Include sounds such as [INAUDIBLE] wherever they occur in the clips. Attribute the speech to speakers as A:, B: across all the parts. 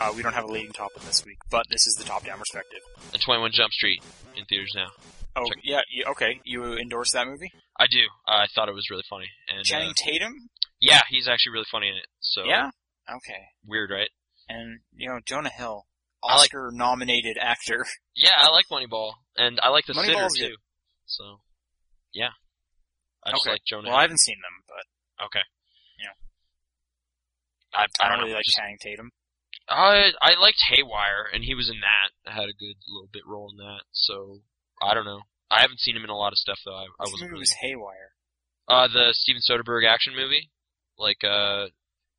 A: Uh, we don't have a leading topic this week, but this is the top-down perspective.
B: And 21 Jump Street in theaters now.
A: Oh,
B: Check-
A: yeah, you, okay. You endorse that movie?
B: I do. I thought it was really funny. And
A: Channing
B: uh,
A: Tatum?
B: yeah, he's actually really funny in it. So
A: Yeah? Okay.
B: weird, right?
A: And, you know, Jonah Hill,
B: I like-
A: Oscar-nominated actor.
B: Yeah, I like Moneyball, and I like The
A: Moneyball's
B: Sinner
A: good.
B: too. So yeah, I just
A: Okay.
B: like Jonah.
A: Well, I haven't seen them, but
B: Hill. okay.
A: Yeah.
B: I,
A: I
B: I
A: don't
B: know,
A: really like
B: just-
A: Channing Tatum.
B: I I liked Haywire, and he was in that. I had a good little bit role in that. So I don't know. I haven't seen him in a lot of stuff though. I, I
A: This
B: wasn't
A: movie
B: really.
A: was Haywire.
B: Uh, the Steven Soderbergh action movie, like uh,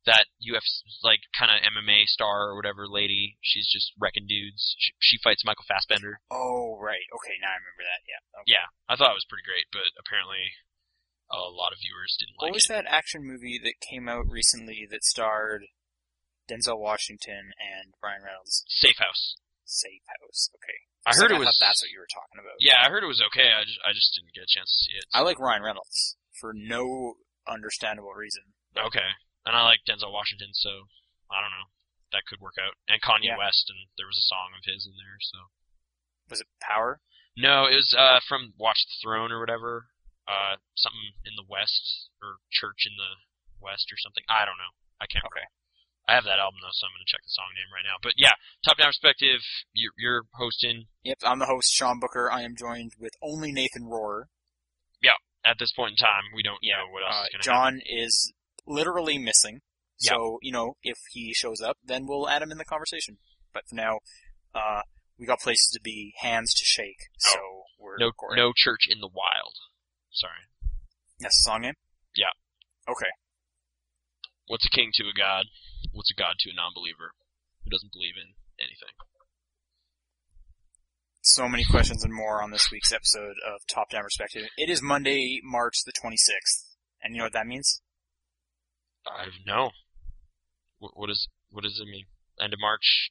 B: that UF like kind of MMA star or whatever lady. She's just wrecking dudes. She, she fights Michael Fassbender.
A: Oh, right. Okay, now I remember that, yeah. Okay.
B: Yeah, I thought it was pretty great, but apparently a lot of viewers didn't
A: What
B: like
A: was
B: it.
A: that action movie that came out recently that starred Denzel Washington and Ryan Reynolds?
B: Safe House.
A: Safe House. Okay.
B: I heard
A: Second,
B: it was.
A: thought that's what you were talking about.
B: yeah, I heard it was okay. I just I just didn't get a chance to see it.
A: I like Ryan Reynolds for no understandable reason.
B: Okay, and I like Denzel Washington, so I don't know. That could work out. And Kanye
A: Yeah.
B: West, and there was a song of his in there. So
A: Was it Power?
B: no, it was uh, from Watch the Throne or whatever. Uh, something in the West or Church in the West or something. I don't know. I can't.
A: Okay.
B: remember. I have that album though, so I'm gonna check the song name right now. But yeah, top down perspective. You're, you're hosting.
A: Yep, I'm the host, Sean Booker. I am joined with only Nathan Rohrer.
B: at this point in time, we don't know what else
A: Uh,
B: is going to
A: John
B: happen.
A: is literally missing. So, you know, if he shows up, then we'll add him in the conversation. But for now, uh, we got places to be, hands to shake.
B: Oh.
A: So we're
B: No,
A: recording.
B: no church in the wild. Sorry.
A: That's the song name?
B: Yeah.
A: Okay.
B: What's a king to a god? What's a god to a non-believer who doesn't believe in anything?
A: So many questions and more on this week's episode of Top Down Perspective. It is Monday, March the 26th. And you know what that means?
B: I don't know. What, what is what does it mean? End of March.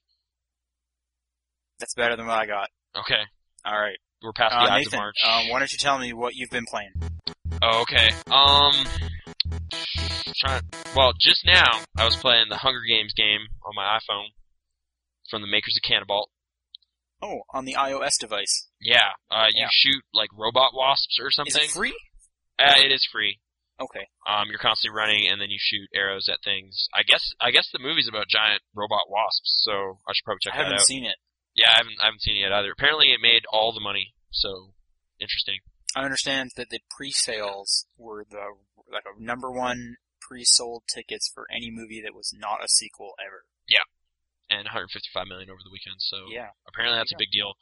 A: That's better than what I got.
B: Okay,
A: All right.
B: we're past
A: Uh,
B: the odds
A: Nathan,
B: of March.
A: um, why don't you tell me what you've been playing?
B: oh, okay. Um, trying. Well, just now I was playing the Hunger Games game on my iPhone from the makers of Cannonball.
A: Oh, on the iOS device.
B: Yeah, uh, you
A: Yeah.
B: shoot like robot wasps or
A: Is
B: something.
A: it free?
B: Uh, it is free.
A: Okay.
B: Um, you're constantly running, and then you shoot arrows at things. I guess I guess the movie's about giant robot wasps, so I should probably check
A: I
B: that
A: haven't
B: out.
A: seen it.
B: yeah, I haven't I haven't seen it yet either. Apparently, it made all the money, so interesting.
A: I understand that the pre-sales were the like a number one pre-sold tickets for any movie that was not a sequel ever.
B: And 155 million over the weekend, so
A: Yeah.
B: apparently that's
A: Yeah.
B: a big deal.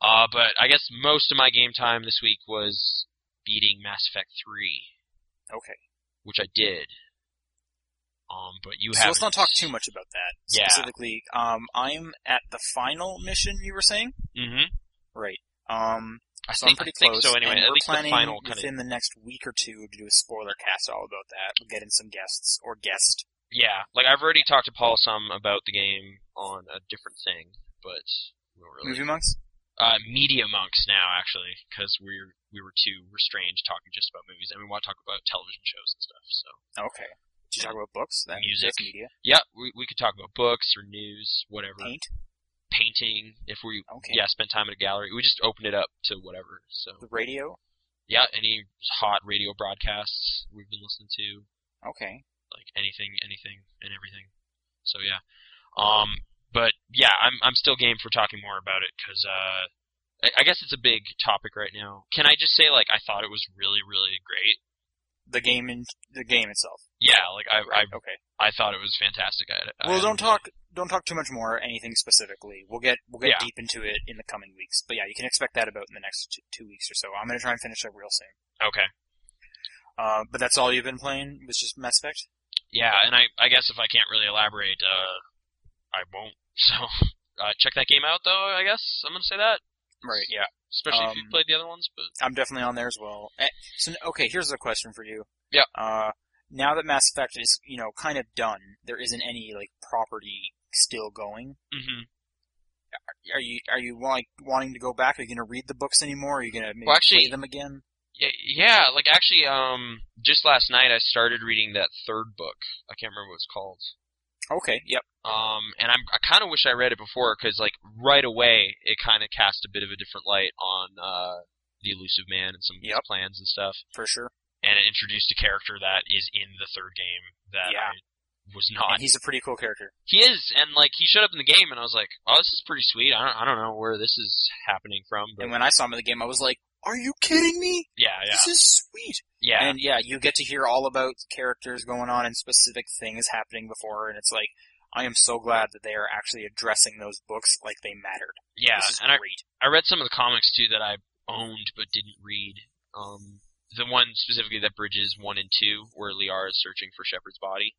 B: Uh, but I guess most of my game time this week was beating Mass Effect 3,
A: Okay.
B: which I did. Um, but you
A: so
B: have
A: let's not talk too much about that
B: Yeah.
A: specifically. Um, I'm at the final mission. You were saying
B: Mm-hmm.
A: right. Um,
B: I
A: so
B: think
A: I'm pretty
B: I think
A: close.
B: so anyway.
A: and
B: at
A: we're
B: least
A: planning
B: the final kind of
A: within the next week or two to do a spoiler cast all about that. We'll get in some guests or guest.
B: Yeah, like I've already talked to Paul some about the game on a different thing, but we don't really.
A: Movie monks.
B: Uh, media monks now actually, because we we were too restrained talking just about movies, and we want to talk about television shows and stuff. So
A: Okay. Did you talk about books? Then
B: Music.
A: just media,
B: yeah, we we could talk about books or news, whatever,
A: paint.
B: painting. If we
A: Okay.
B: yeah spend time at a gallery, we just open it up to whatever.
A: The
B: So
A: radio.
B: yeah, any hot radio broadcasts we've been listening to,
A: Okay.
B: like anything, anything, and everything. So yeah, um, but yeah, I'm I'm still game for talking more about it because uh, I, I guess it's a big topic right now. Can I just say like I thought it was really really great?
A: The game in the game itself.
B: Yeah, like I
A: Right. okay.
B: I, I thought it was fantastic. I, I
A: Well, don't
B: hadn't-
A: talk don't talk too much more anything specifically. We'll get we'll get
B: Yeah.
A: deep into it in the coming weeks. But yeah, you can expect that about in the next two, two weeks or so. I'm gonna try and finish up real soon.
B: Okay,
A: Uh, but that's all you've been playing was just Mass Effect.
B: yeah, and I I guess if I can't really elaborate, uh, I won't. [LAUGHS] So. Uh, check that game out, though. I guess I'm gonna say that, Right,
A: Yeah.
B: especially if
A: Um,
B: you've played the other ones. But
A: I'm definitely on there as well. Eh, So okay, here's a question for you.
B: Yeah.
A: Uh, now that Mass Effect is you know kind of done, there isn't any like property still going.
B: hmm
A: Are you are you like wanting to go back? Are you gonna read the books anymore? Are you gonna maybe
B: Well, actually-
A: play them again?
B: yeah, yeah, like actually, um, just last night I started reading that third book. I can't remember what it's called.
A: Okay. Yep.
B: Um, and I'm, I kind of wish I read it before because, like, right away it kind of cast a bit of a different light on uh, the elusive man and some of his
A: Yep.
B: plans and stuff.
A: For sure.
B: And it introduced a character that is in the third game that
A: Yeah.
B: I was
A: And
B: not.
A: he's a pretty cool character.
B: He is, and like he showed up in the game, and I was like, "Oh, this is pretty sweet." I don't, I don't know where this is happening from, but
A: And when I saw him in the game, I was like, "Are you kidding me?
B: yeah, yeah,
A: This is sweet."
B: yeah,
A: And yeah, you get to hear all about characters going on and specific things happening before, and it's like, I am so glad that they are actually addressing those books like they mattered.
B: yeah.
A: this is
B: And I,
A: great.
B: I read some of the comics too that I owned but didn't read. Um, the one specifically that bridges one and two, where Liara is searching for Shepard's body.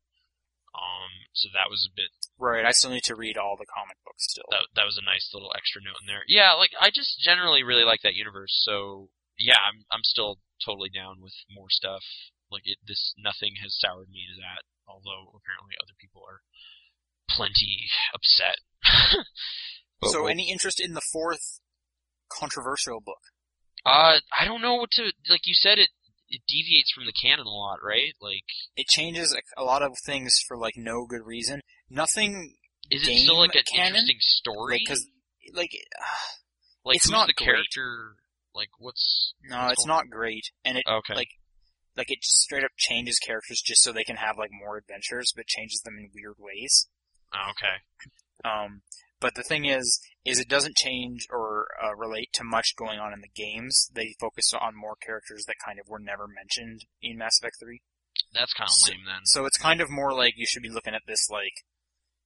B: Um, so that was a bit
A: Right. I still need to read all the comic books still.
B: that that was a nice little extra note in there. Yeah, like I just generally really like that universe. So yeah, I'm I'm still totally down with more stuff. Like it, this nothing has soured me to that. Although apparently other people are plenty upset. [LAUGHS] But
A: so,
B: we'll-
A: any interest in the fourth controversial book?
B: uh, I don't know what to like. You said it it deviates from the canon a lot, right? Like
A: It changes a, a lot of things for like no good reason. Nothing
B: is it
A: Game
B: still like an
A: canon?
B: interesting story?
A: because like. [SIGHS] ah,
B: like
A: it's
B: who's
A: not
B: the
A: great.
B: character? Like what's
A: no, it's not great, and it
B: okay?
A: like- like it just straight up changes characters just so they can have like more adventures, but changes them in weird ways.
B: Oh, okay,
A: Um, but the thing is, is it doesn't change or uh, relate to much going on in the games. They focus on more characters that kind of were never mentioned in Mass Effect 3.
B: Mm-hmm. that's kind of
A: So-
B: lame then.
A: So it's kind of more like you should be looking at this like,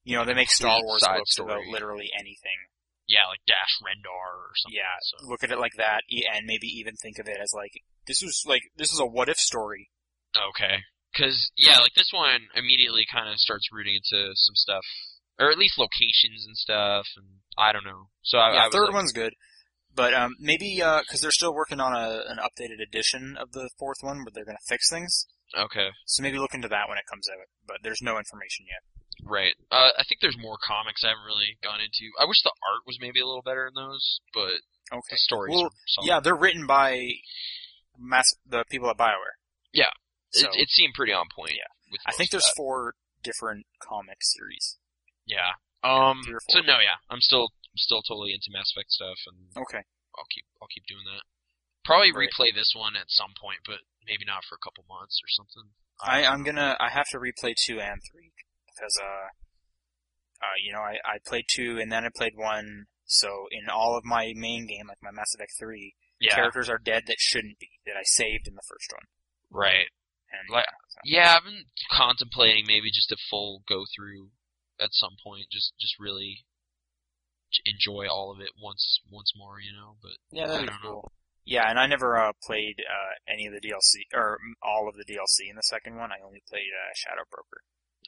A: you know, they make Star
B: Complete
A: Wars
B: side
A: books about
B: story.
A: literally anything.
B: yeah, like Dash Rendar or something.
A: Yeah,
B: so.
A: look at it like that, e- and maybe even think of it as like this is like this is a what if story.
B: Okay. Because, yeah, like this one immediately kind of starts rooting into some stuff. Or at least locations and stuff. And I don't know. So I, I
A: yeah,
B: was
A: third
B: like,
A: one's good. But um, maybe because they're still working on a, an updated edition of the fourth one where they're going to fix things.
B: Okay.
A: So maybe look into that when it comes out. But there's no information yet.
B: Right. Uh, I think there's more comics I haven't really gone into. I wish the art was maybe a little better in those, but the
A: Okay.
B: stories.
A: Well,
B: are solid.
A: Yeah, they're written by mass the people at Bioware.
B: Yeah.
A: So
B: it, uh, it seemed pretty on point.
A: Yeah.
B: With
A: I think
B: most of
A: there's four different comic series.
B: that. Yeah. Um.
A: three or
B: So
A: four.
B: no, yeah, I'm still still totally into Mass Effect stuff, and
A: Okay.
B: I'll keep I'll keep doing that. Probably
A: Right.
B: replay this one at some point, but maybe not for a couple months or something.
A: I, I'm gonna I have to replay two and three because uh uh you know I, I played two and then I played one. So in all of my main game, like my Mass Effect three,
B: yeah,
A: characters are dead that shouldn't be that I saved in the first one.
B: right.
A: And uh,
B: Like- Yeah, I've been contemplating maybe just a full go through at some point. Just just really j- enjoy all of it once once more, you know. But
A: yeah,
B: I
A: that'd be
B: don't know.
A: cool. Um, Yeah, and I never uh, played uh, any of the DLC or mm, all of the DLC in the second one. I only played uh, Shadow Broker.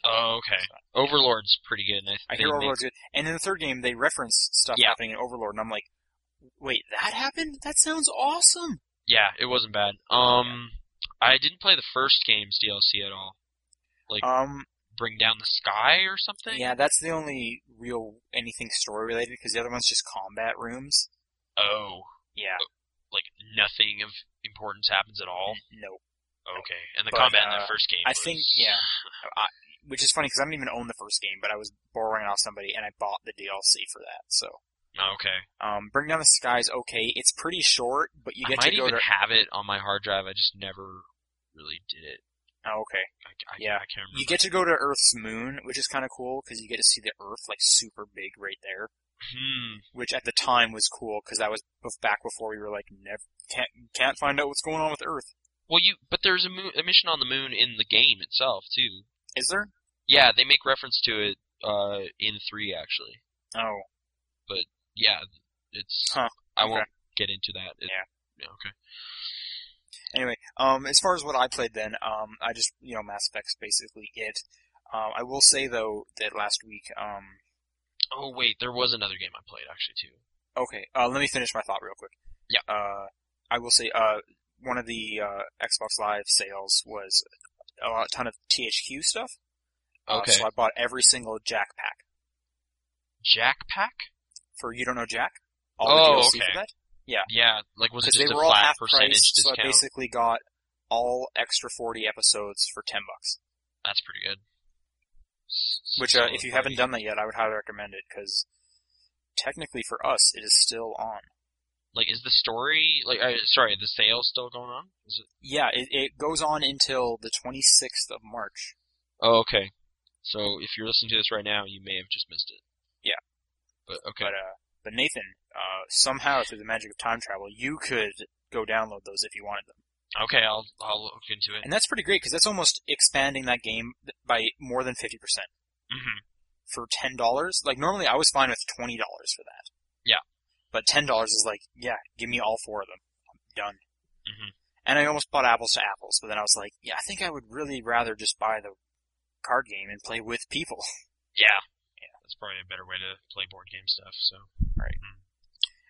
B: oh, okay. Overlord's pretty good, and I,
A: I
B: they
A: hear
B: make-
A: Overlord's good. And in the third game, they reference stuff
B: Yeah.
A: happening in Overlord, and I'm like, wait, that happened? That sounds awesome.
B: Yeah, it wasn't bad. Um, I didn't play the first game's DLC at all.
A: Um,
B: Bring down the sky or something.
A: yeah, that's the only real anything story related because the other one's just combat rooms.
B: Oh,
A: Yeah,
B: like nothing of importance happens at all.
A: no,
B: Okay, and the
A: Oh, But,
B: combat in
A: uh,
B: the first game.
A: I
B: was-
A: think yeah. I, which is funny because I don't even own the first game, but I was borrowing it off somebody and I bought the DLC for that. So,
B: Oh, Okay.
A: um, Bring Down the Sky's okay. It's pretty short, but you
B: I
A: get
B: might
A: to go
B: even
A: to.
B: have it on my hard drive. I just never really did it.
A: Oh, okay.
B: I, I,
A: Yeah.
B: I can't remember.
A: You get to go to Earth's moon, which is kind of cool because you get to see the Earth like super big right there,
B: Hmm.
A: which at the time was cool because that was bef- back before we were like never can't can't find out what's going on with Earth.
B: Well, you but there's a, moon, a mission on the moon in the game itself too.
A: Is there?
B: Yeah, they make reference to it uh, in three actually.
A: Oh,
B: Yeah, it's.
A: Huh.
B: I
A: Okay.
B: won't get into that. It-
A: Yeah.
B: yeah. Okay.
A: anyway, um, as far as what I played then, um, I just you know Mass Effect's basically it. Um, I will say though that last week, um,
B: Oh wait, there was another game I played actually too.
A: Okay, uh, let me finish my thought real quick.
B: Yeah.
A: Uh, I will say, uh, one of the uh, Xbox Live sales was a lot- ton of THQ stuff. Uh,
B: Okay.
A: So I bought every single Jack pack
B: Jack Pack.
A: for You Don't Know Jack. All
B: Oh,
A: the DLC
B: okay.
A: for that.
B: Yeah, like was it
A: Because
B: just
A: they
B: a
A: were all
B: flat
A: half
B: percentage
A: price, so I
B: discount?
A: basically got all extra 40 episodes for 10 bucks.
B: That's pretty good.
A: Which, uh, if you haven't done that yet, I would highly recommend it because technically for us, it is still on.
B: like, is the story like? Uh, sorry, the sale still going on? Is it?
A: Yeah, it, it goes on until the 26th of March.
B: Oh, okay. So if you're listening to this right now, you may have just missed it.
A: Yeah.
B: But okay.
A: But, uh, but Nathan, uh, somehow through the magic of time travel, you could go download those if you wanted them.
B: Okay, I'll I'll look into it.
A: And that's pretty great because that's almost expanding that game by more than 50%.
B: hmm
A: for ten dollars. Like normally, I was fine with twenty dollars for that.
B: Yeah.
A: But ten dollars is like, yeah, give me all four of them. I'm done.
B: Mhm.
A: And I almost bought apples to apples, but then I was like, yeah, I think I would really rather just buy the card game and play with people. [LAUGHS]
B: Yeah. Yeah, that's probably a better way to play board game stuff. So Mm.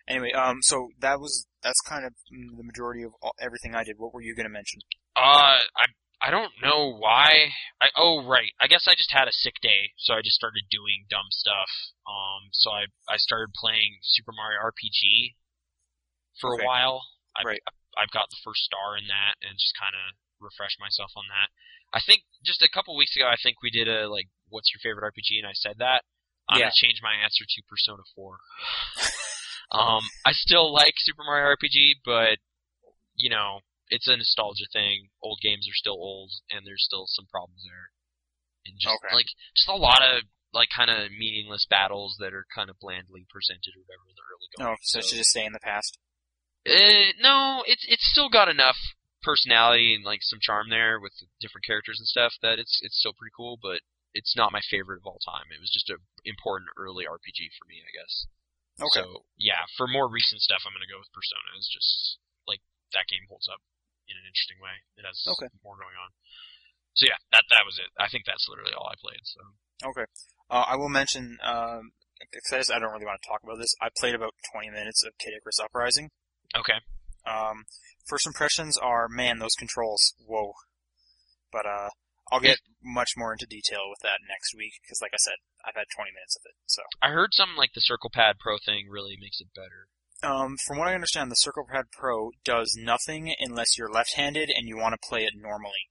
A: anyway, um, so that was that's kind of mm, the majority of all, everything I did. What were you going to mention?
B: Uh, I I don't know why. I oh right. I guess I just had a sick day, so I just started doing dumb stuff. Um, so I I started playing Super Mario RPG for
A: Okay.
B: a while. I,
A: Right.
B: I've got the first star in that, and just kind of refreshed myself on that. I think just a couple weeks ago, I think we did a like, what's your favorite RPG? And I said that. I'm
A: Yeah. Uh-huh.
B: gonna change my answer to Persona
A: [LAUGHS]
B: 4. um, I still like Super Mario RPG, but you know, it's a nostalgia thing. Old games are still old, and there's still some problems there, and just
A: Okay.
B: like just a lot of like kind of meaningless battles that are kind of blandly presented or whatever in the early going.
A: No, Oh, so, to just stay in the past.
B: Uh, no, it's it's still got enough personality and like some charm there with the different characters and stuff that it's it's still pretty cool, but it's not my favorite of all time. It was just a important early RPG for me, I guess.
A: Okay.
B: So yeah, for more recent stuff, I'm gonna go with Persona. It's just like that game holds up in an interesting way. It has
A: Okay.
B: more going on. So yeah, that that was it. I think that's literally all I played. So
A: Okay. Uh, I will mention um, because I, just- I don't really want to talk about this. I played about twenty minutes of Kid Icarus Uprising.
B: okay,
A: Um, first impressions are, man, those controls, whoa. But uh, I'll get much more into detail with that next week because, like I said, I've had 20 minutes of it. So,
B: I heard something like the Circle Pad Pro thing really makes it better.
A: um, from what I understand, the Circle Pad Pro does nothing unless you're left-handed and you want to play it normally.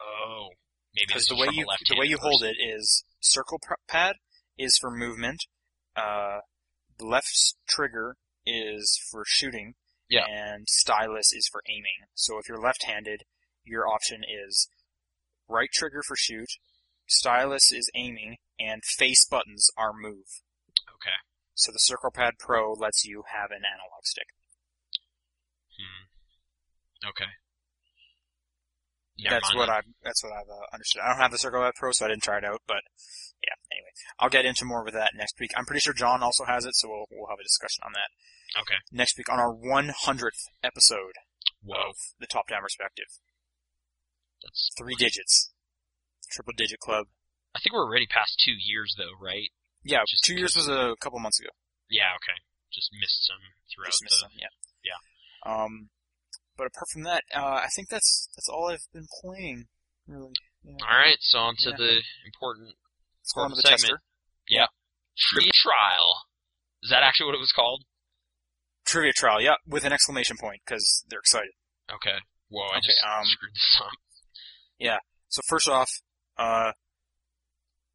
B: Oh, maybe
A: Because
B: this
A: the
B: is
A: way
B: from a
A: you the
B: left-handed
A: way you hold
B: person.
A: it is Circle pr- Pad is for movement, uh, the left s- trigger is for shooting,
B: Yeah.
A: and stylus is for aiming. So if you're left-handed, your option is right trigger for shoot, stylus is aiming, and face buttons are move.
B: Okay.
A: So the Circle Pad Pro lets you have an analog stick.
B: Hmm. Okay.
A: that's what I that's what I've uh, understood. I don't have the Circle Pad Pro, so I didn't try it out. But yeah, anyway, I'll get into more with that next week. I'm pretty sure John also has it, so we'll we'll have a discussion on that
B: I. Okay.
A: next week on our 100th episode
B: Whoa.
A: of the Top Down Perspective.
B: That's.
A: Three digits, triple digit club.
B: I think we're already past two years though, right?
A: Yeah,
B: Just
A: two years was a couple months ago.
B: Yeah. Okay. Just missed some throughout
A: Just missed
B: the.
A: some, yeah, Um, but apart from that, uh, I think that's that's all I've been playing. Really,
B: All right. So on to
A: Yeah.
B: the important
A: it's going to the
B: Segment.
A: tester
B: trivia trial. Is that actually what it was called?
A: trivia trial. Yeah, with an exclamation point because they're excited.
B: Okay. Whoa! I
A: Okay,
B: just
A: um,
B: screwed this up. [LAUGHS]
A: So first off, uh,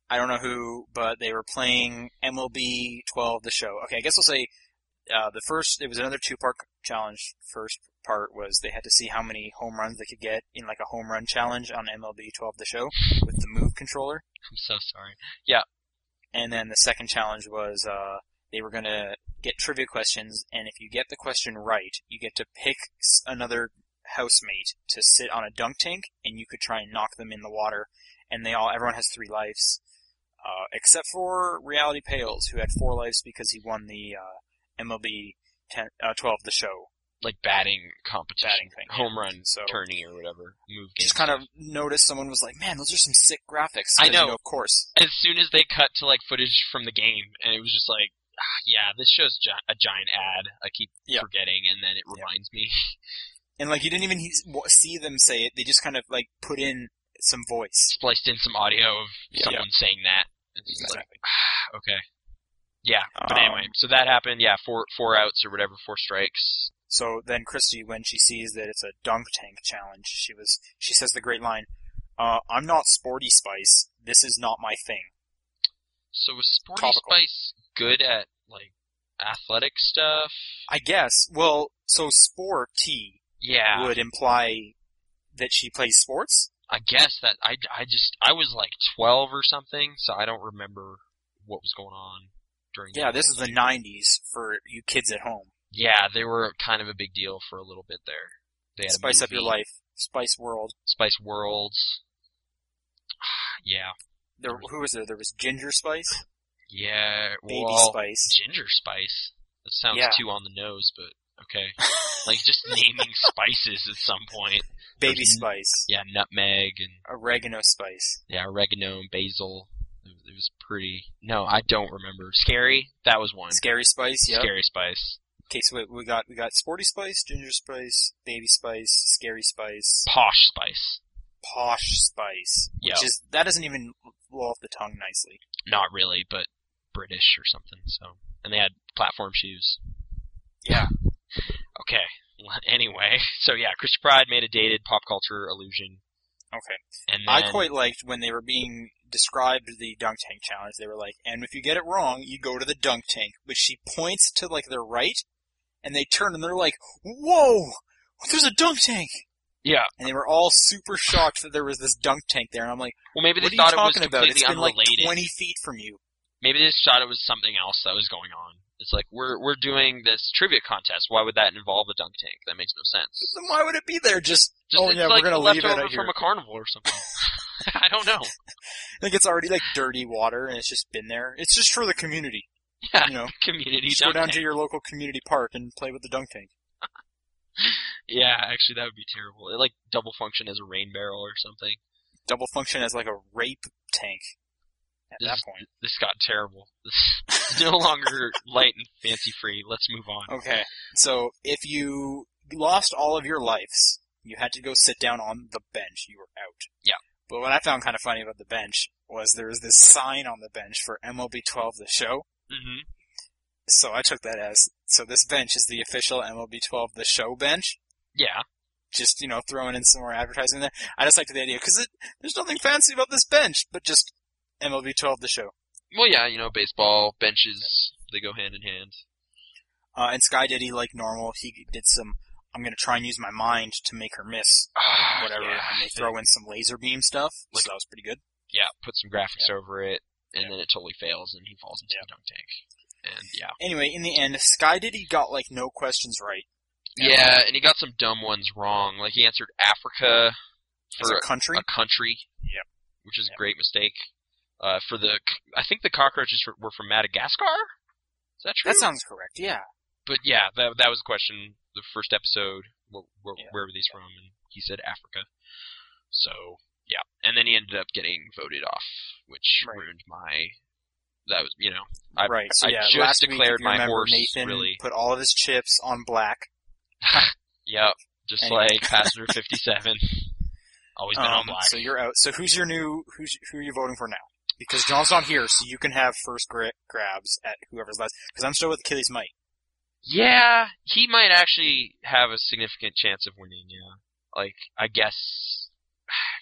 A: I don't know who, but they were playing MLB 12, the show. Okay, I guess I'll say uh, the first. It was another two-part challenge. First part was they had to see how many home runs they could get in like a home run challenge on MLB 12, the show, with the Move controller.
B: I'm so sorry.
A: And then the second challenge was uh, they were going to get trivia questions, and if you get the question right, you get to pick s- another housemate to sit on a dunk tank, and you could try and knock them in the water. And they all, everyone has three lives, uh, except for Reality Pales, who had four lives because he won the uh, MLB 10, uh, 12, the show.
B: Like batting competition,
A: Batting thing, yeah.
B: home run
A: So-
B: tourney or whatever move. game
A: Just kind of noticed someone was like, "Man, those are some sick graphics." 'Cause, you
B: I know.
A: of course.
B: as soon as they cut to like footage from the game, and it was just like, ah, yeah, this show's gi- a giant ad. I keep
A: Yeah.
B: forgetting, and then it
A: Yeah.
B: reminds me. [LAUGHS]
A: And like, you didn't even he- w- see them say it; they just kind of like put in some voice.
B: Spliced in some audio of
A: Yeah.
B: someone saying that. It's just like,
A: Exactly.
B: ah, okay. Yeah,
A: Um,
B: but anyway, so that happened. Yeah, four four outs or whatever, four strikes.
A: So then Christy, when she sees that it's a dunk tank challenge, she was she says the great line, uh, "I'm not sporty spice, this is not my thing.
B: So was Sporty
A: Topical.
B: Spice good at like athletic stuff?
A: I guess. Well, so sporty
B: Yeah,
A: would imply that she plays sports.
B: I guess that I I just I was like twelve or something, so I don't remember what was going on during.
A: Yeah,
B: that.
A: this is the '90s for you kids at home.
B: Yeah, they were kind of a big deal for a little bit there. They had a
A: Spice up your
B: movie,
A: life, Spice World.
B: Spice Worlds. [SIGHS] yeah,
A: There, who was there? There was Ginger Spice,
B: yeah.
A: Baby
B: well,
A: [LAUGHS] Spice.
B: Ginger Spice. That sounds
A: Yeah.
B: too on the nose, but okay. like just
A: [LAUGHS]
B: naming spices at some point.
A: Baby
B: there's-
A: Spice,
B: Yeah, nutmeg and
A: Oregano Spice.
B: Yeah, oregano and basil. It was- it was pretty. No, I don't remember. Scary. That was one.
A: Scary Spice, yeah.
B: Scary spice.
A: Okay, so we, we got we got Sporty Spice, Ginger Spice, Baby Spice, Scary Spice,
B: Posh spice.
A: Posh Spice,
B: Yeah.
A: which is that doesn't even roll off the tongue nicely.
B: Not really, but British or something. So, and they had platform shoes.
A: Yeah.
B: Okay. Well, [LAUGHS] Anyway, so yeah, Chris Pride made a dated pop culture allusion,
A: Okay.
B: and then
A: I quite liked when they were being described the dunk tank challenge. They were like, "And if you get it wrong, you go to the dunk tank." But she points to like their right, and they turn and they're like, "Whoa, there's a dunk tank!"
B: yeah.
A: And they were all super shocked that there was this dunk tank there. And I'm like,
B: Well, maybe
A: "What
B: they
A: are you
B: thought it was
A: talking about?
B: completely
A: It's been like
B: unrelated.
A: 20 feet from you."
B: Maybe they just thought it was something else that was going on. It's like we're we're doing this trivia contest. Why would that involve a dunk tank? That makes no sense.
A: Then why would it be there? Just,
B: Just,
A: oh
B: it's
A: yeah,
B: like
A: we're gonna leave it
B: leftover
A: out here.
B: from a carnival or something. [LAUGHS] I don't know. [LAUGHS]
A: like it's already like dirty water, and it's just been there. It's just for the community.
B: Yeah,
A: You know,
B: community
A: just go
B: dunk
A: down
B: tank.
A: to your local community park and play with the dunk tank.
B: Yeah, actually, that would be terrible. It like double function as a rain barrel or something.
A: double function as like a rape tank at
B: This
A: that
B: is-
A: point.
B: This got terrible. [LAUGHS]
A: [LAUGHS]
B: This is no longer light and fancy free. Let's move on.
A: Okay. So if you lost all of your lives, you had to go sit down on the bench. You were out.
B: Yeah.
A: But what I found kind of funny about the bench was there was this sign on the bench for MLB 12 the show.
B: hmm
A: So I took that as so this bench is the official MLB 12 the show bench.
B: Yeah,
A: Just you know throwing in some more advertising there. I just liked the idea because there's nothing fancy about this bench, but just MLB 12 the show.
B: well, yeah, you know, baseball benches they go hand
A: [SIGHS]
B: in hand.
A: Uh, and Sky Diddy, like normal, he did some. I'm gonna try and use my mind to make her miss
B: Ah,
A: whatever,
B: yeah.
A: and they throw in some laser beam stuff.
B: Like-
A: so that was pretty good.
B: Yeah, put some graphics over it, and
A: Yeah.
B: then it totally fails, and he falls into the dunk tank. And yeah,
A: Anyway, in the end, Sky Diddy got like no questions right.
B: yeah, and he got some dumb ones wrong. Like he answered Africa
A: As
B: for
A: a country,
B: a country.
A: Yep.
B: Which is a
A: Yep.
B: great mistake. Uh, for the, c- I think the cockroaches were- were from Madagascar. Is that true?
A: that sounds correct. Yeah,
B: But yeah, that that was a question. The first episode, where where,
A: Yeah.
B: where were these from? And he said Africa. So yeah, and then he ended up getting voted off, which
A: Right.
B: ruined my. That was you know I-
A: right. So
B: I
A: yeah,
B: just
A: last week,
B: declared
A: if you
B: my
A: remember,
B: horse,
A: Nathan
B: really.
A: put all of his chips on black.
B: yep, just
A: Anyway.
B: like passenger
A: [LAUGHS]
B: fifty seven. Always been on
A: Um,
B: black.
A: so you're out. So who's your new? Who's who are you voting for now? Because John's not here, so you can have first gra- grabs at whoever's last. Because I'm still with Achilles Mike.
B: Yeah, he might actually have a significant chance of winning. Yeah, like I guess. [SIGHS]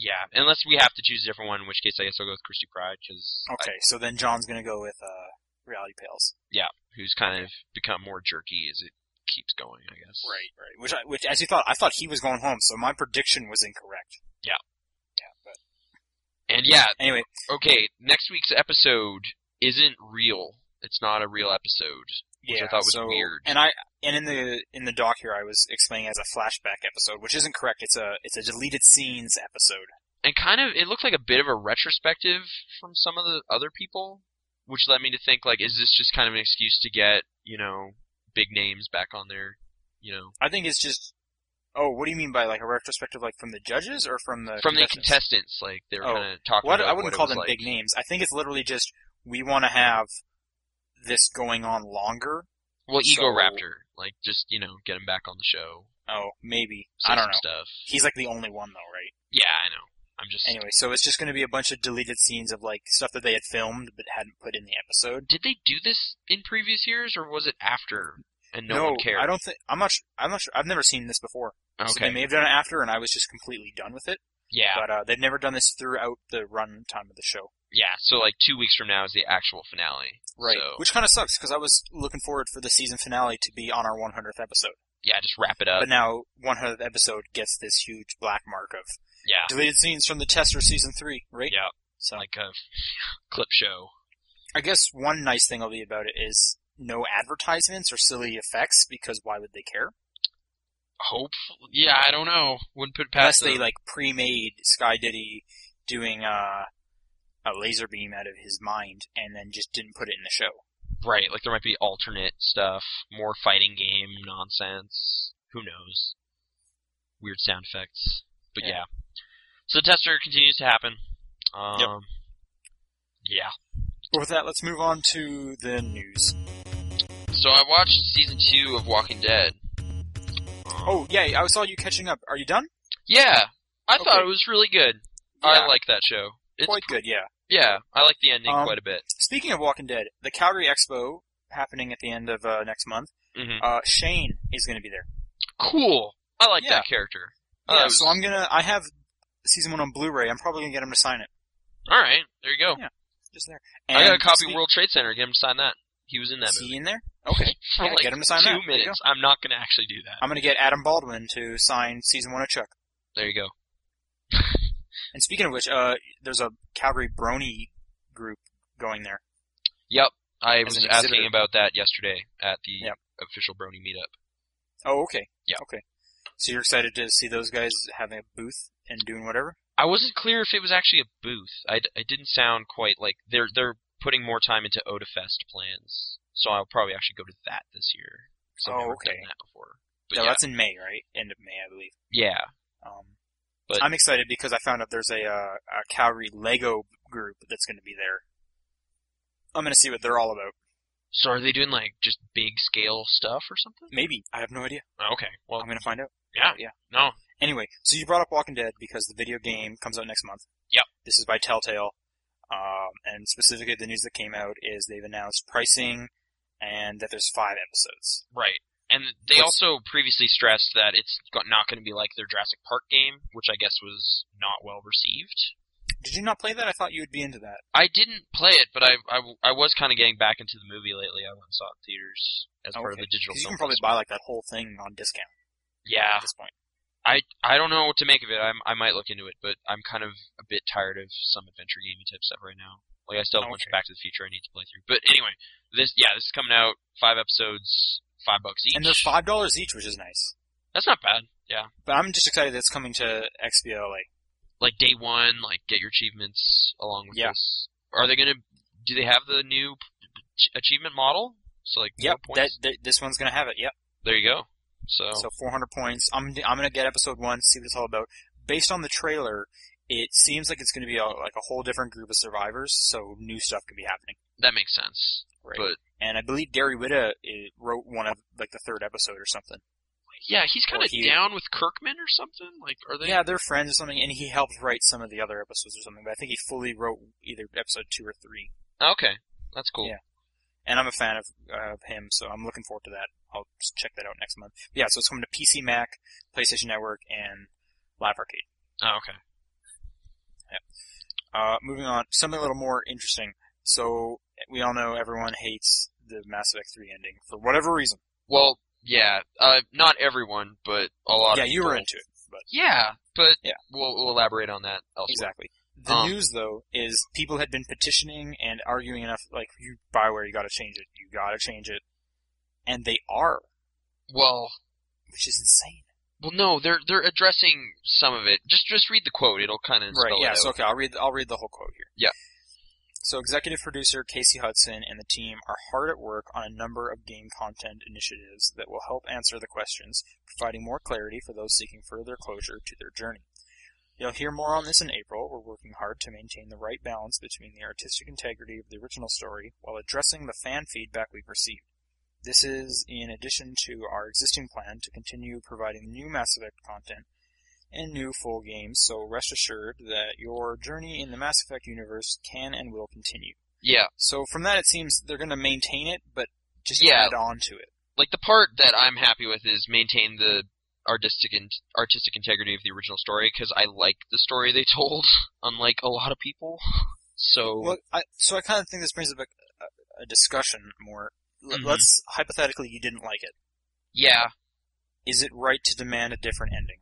B: Yeah, unless we have to choose a different one, in which case I guess I'll go with Christy Pride because
A: Okay, so then John's gonna go with uh, Reality Pales.
B: yeah, who's kind of become more jerky as it keeps going. I guess.
A: Right, right. Which, I, which, as you thought, I thought he was going home, so my prediction was incorrect.
B: Yeah.
A: Yeah, but
B: And yeah,
A: anyway,
B: okay. Next week's episode isn't real. It's not a real episode. Which I
A: yeah.
B: thought was
A: so,
B: weird.
A: And I, and in the in the doc here, I was explaining as a flashback episode, which isn't correct. It's a it's a deleted scenes episode.
B: and kind of it looked like a bit of a retrospective from some of the other people, which led me to think like, is this just kind of an excuse to get you know big names back on there, you know,
A: I think it's just. Oh, what do you mean by like a retrospective, like from the judges or from the
B: from the
A: Uh, contestants?
B: contestants, like they were
A: Oh.
B: kind of talking.
A: What
B: about
A: I wouldn't
B: what it
A: call
B: was
A: them
B: like.
A: big names. I think it's literally just we want to have this going on longer.
B: Well,
A: so-
B: Ego Raptor, like just you know get him back on the show.
A: Oh, maybe
B: say
A: I don't
B: some
A: know.
B: stuff.
A: He's like the only one though, right?
B: Yeah, I know. I'm just.
A: Anyway, so it's just going to be a bunch of deleted scenes of like stuff that they had filmed but hadn't put in the episode.
B: Did they do this in previous years, or was it after and no, one cared?
A: I don't think I'm not. Sure, I'm not sure. I've never seen this before,
B: Okay.
A: so they may have done it after, and I was just completely done with it.
B: Yeah,
A: But uh, they've never done this throughout the run time of the show.
B: yeah. So like two weeks from now is the actual finale. So,
A: Which kind of sucks because I was looking forward for the season finale to be on our 100th episode.
B: yeah, just wrap it up.
A: but now 100th episode gets this huge black mark of
B: yeah,
A: deleted scenes from the tester season 3, right?
B: yeah.
A: So
B: Like a clip show.
A: I guess one nice thing I'll be about it is no advertisements or silly effects because why would they care?
B: Hope. Yeah, I don't know. Wouldn't put it
A: Unless
B: past
A: they
B: them.
A: like pre-made Sky Diddy doing uh, a laser beam out of his mind and then just didn't put it in the show.
B: Right, like there might be alternate stuff, more fighting game nonsense. Who knows? Weird sound effects. But yeah.
A: Yeah.
B: So the tester continues to happen. Um,
A: Yep.
B: Yeah.
A: But with that, let's move on to the news.
B: So I watched season two of Walking Dead.
A: Oh, yeah, I saw you catching up. Are you done?
B: Yeah. I thought
A: Okay.
B: it was really good.
A: Yeah.
B: I like that show. It's
A: Quite good, yeah.
B: yeah, I like the ending
A: Um,
B: quite a bit.
A: Speaking of Walking Dead, the Calgary Expo happening at the end of uh, next month.
B: hmm
A: Uh, Shane is going to be there.
B: Cool. I like
A: yeah.
B: that character. I thought
A: Yeah,
B: it was-
A: so I'm gonna. I have season one on Blu-ray. I'm probably gonna get him to sign it.
B: all right, there you go.
A: Yeah, Just there.
B: I got a
A: And
B: copy
A: speak-
B: of World Trade Center. Get him to sign that. He was in that
A: Is
B: movie.
A: he in there? Okay.
B: For
A: Yeah,
B: like
A: get him to sign
B: two
A: that. There you
B: minutes. I'm not going to actually do that.
A: I'm gonna get Adam Baldwin to sign season one of Chuck.
B: There you go.
A: And speaking of which, uh, there's a Calgary Brony group going there.
B: Yep. I
A: As
B: was
A: an
B: asking
A: exhibitor.
B: about that yesterday at the
A: Yep.
B: official Brony meetup.
A: Oh, okay.
B: Yeah.
A: Okay. So you're excited to see those guys having a booth and doing whatever?
B: I wasn't clear if it was actually a booth. I, d- I didn't sound quite like they're they're putting more time into Odafest plans, so I'll probably actually go to that this year. 'cause I've
A: Oh,
B: never
A: okay.
B: done that before. But
A: no,
B: yeah,
A: that's in May, right? End of May, I believe.
B: yeah,
A: Um,
B: But-
A: I'm excited because I found out there's a, uh, a Calgary Lego group that's going to be there. I'm going to see what they're all about.
B: So are they doing like just big scale stuff or something?
A: Maybe I have no idea.
B: Oh, Okay. Well,
A: I'm going to find out.
B: yeah,
A: yeah.
B: No.
A: Anyway, so you brought up Walking Dead because the video game comes out next month.
B: Yep.
A: This is by Telltale, um, and specifically the news that came out is they've announced pricing and that there's five episodes.
B: Right. And they
A: What's-
B: also previously stressed that it's go- not going to be like their Jurassic Park game, which I guess was not well received.
A: Did you not play that? I thought you would be into that.
B: I didn't play it, but I, I, I was kind of getting back into the movie lately. I went and saw it in theaters as part of
A: Okay.
B: the digital
A: 'Cause you can
B: film.
A: probably
B: festival.
A: buy like that whole thing on discount
B: yeah,
A: at this point.
B: I I don't know what to make of it. I'm, I might look into it, but I'm kind of a bit tired of some adventure gaming type stuff right now. Like I still have a bunch of
A: Okay.
B: Back to the Future I need to play through. But anyway, this yeah, this is coming out five episodes, five bucks each.
A: And they're five dollars each, which is nice.
B: That's not bad. Yeah.
A: But I'm just excited that it's coming to XBLA.
B: like day one, like get your achievements along with
A: Yeah.
B: this. Are they gonna? Do they have the new p- ch- achievement model? So like more
A: Yep, that,
B: points. Oh.
A: that this one's gonna have it. Yep.
B: There you go. So,
A: So 400 points. I'm I'm gonna get episode one, see what it's all about. Based on the trailer, it seems like it's gonna be a, like a whole different group of survivors, so new stuff could be happening.
B: that makes sense.
A: Right.
B: But
A: and I believe Derry Witta uh, wrote one of like the third episode or something.
B: yeah, he's kind
A: Or
B: of
A: he-
B: down with Kirkman or something. Like, are they?
A: Yeah, they're friends or something, and he helped write some of the other episodes or something. But I think he fully wrote either episode two or three.
B: Oh, Okay, that's cool.
A: Yeah. And I'm a fan of, uh, of him, so I'm looking forward to that. I'll just check that out next month. But yeah, so it's coming to PC, Mac, PlayStation Network, and Live Arcade.
B: Oh, okay.
A: Uh, moving on, something a little more interesting. So we all know everyone hates the Mass Effect 3 ending for whatever reason.
B: Well, yeah. Uh, not everyone, but a lot.
A: yeah,
B: of
A: you were
B: people.
A: into it, but
B: Yeah, but
A: Yeah.
B: we'll, we'll elaborate on that elsewhere.
A: Exactly. The
B: Um,
A: news, though, is people had been petitioning and arguing enough, like, you, Bioware, you gotta change it, you gotta change it. And they are,
B: Well,
A: which is insane.
B: well, no, they're they're addressing some of it. Just just read the quote; it'll kind of
A: Right,
B: Spell
A: yeah,
B: It out.
A: so okay, I'll read, I'll read the whole quote here.
B: Yeah.
A: So executive producer Casey Hudson and the team are hard at work on a number of game content initiatives that will help answer the questions, providing more clarity for those seeking further closure to their journey. You'll hear more on this in April. We're working hard to maintain the right balance between the artistic integrity of the original story while addressing the fan feedback we've received. This is in addition to our existing plan to continue providing new Mass Effect content and new full games, so rest assured that your journey in the Mass Effect universe can and will continue.
B: yeah.
A: So from that, it seems they're going to maintain it, but just
B: Yeah.
A: add on to it.
B: like the part that I'm happy with is maintain the artistic in- artistic integrity of the original story because I like the story they [LAUGHS] told, unlike a lot of people. So
A: Well, I, so I kind of think this brings up a, a- a discussion more. L-
B: Mhm.
A: Let's hypothetically, you didn't like it.
B: yeah,
A: Is it right to demand a different ending?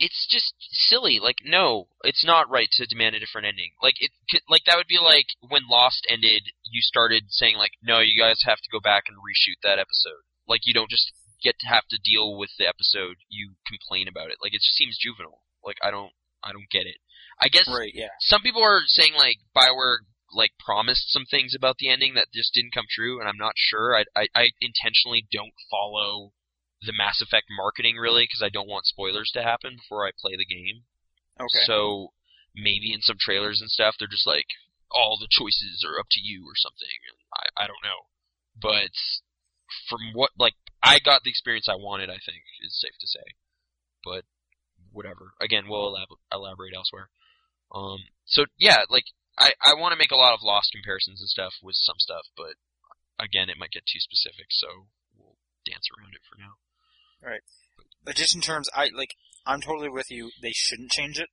B: it's just silly. Like no, it's not right to demand a different ending. Like it c- like that would be like when Lost ended, you started saying like no, you guys have to go back and reshoot that episode. Like you don't just get to have to deal with the episode, you complain about it. Like it just seems juvenile. Like I don't I don't get it. I guess
A: Right. Yeah.
B: some people are saying like Bioware like promised some things about the ending that just didn't come true, and I'm not sure. I I, I intentionally don't follow the Mass Effect marketing really because I don't want spoilers to happen before I play the game.
A: Okay.
B: So maybe in some trailers and stuff, they're just like, all the choices are up to you or something. I, I don't know. But from what, like, I got the experience I wanted, I think, is safe to say. But whatever. Again, we'll elab- elaborate elsewhere. Um, so, yeah, like, I, I want to make a lot of lost comparisons and stuff with some stuff, but again, it might get too specific, so we'll dance around it for now.
A: but just in terms, I like. I'm totally with you. They shouldn't change it,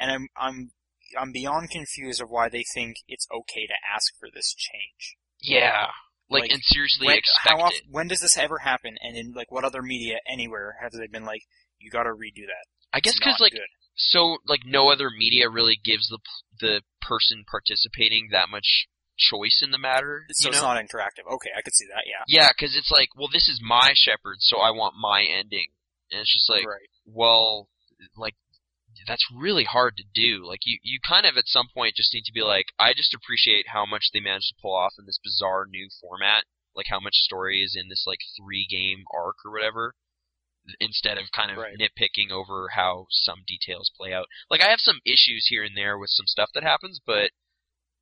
A: and I'm I'm I'm beyond confused of why they think it's okay to ask for this change.
B: Yeah. Like,
A: Like,
B: and seriously
A: When,
B: expect
A: how
B: it.
A: often? When does this ever happen? And in like what other media anywhere have they been like, you got to redo that?
B: I guess
A: It's
B: because,
A: not
B: like,
A: good."
B: so like no other media really gives the p- the person participating that much choice in the matter.
A: so
B: you
A: it's
B: know?
A: not interactive. Okay, I could see that. Yeah.
B: yeah, because it's like, well, this is my shepherd, so I want my ending, and it's just like,
A: right.
B: well, like that's really hard to do. Like you, you kind of at some point just need to be like, I just appreciate how much they managed to pull off in this bizarre new format. Like how much story is in this like three game arc or whatever, instead of kind of
A: Right.
B: nitpicking over how some details play out. Like I have some issues here and there with some stuff that happens, but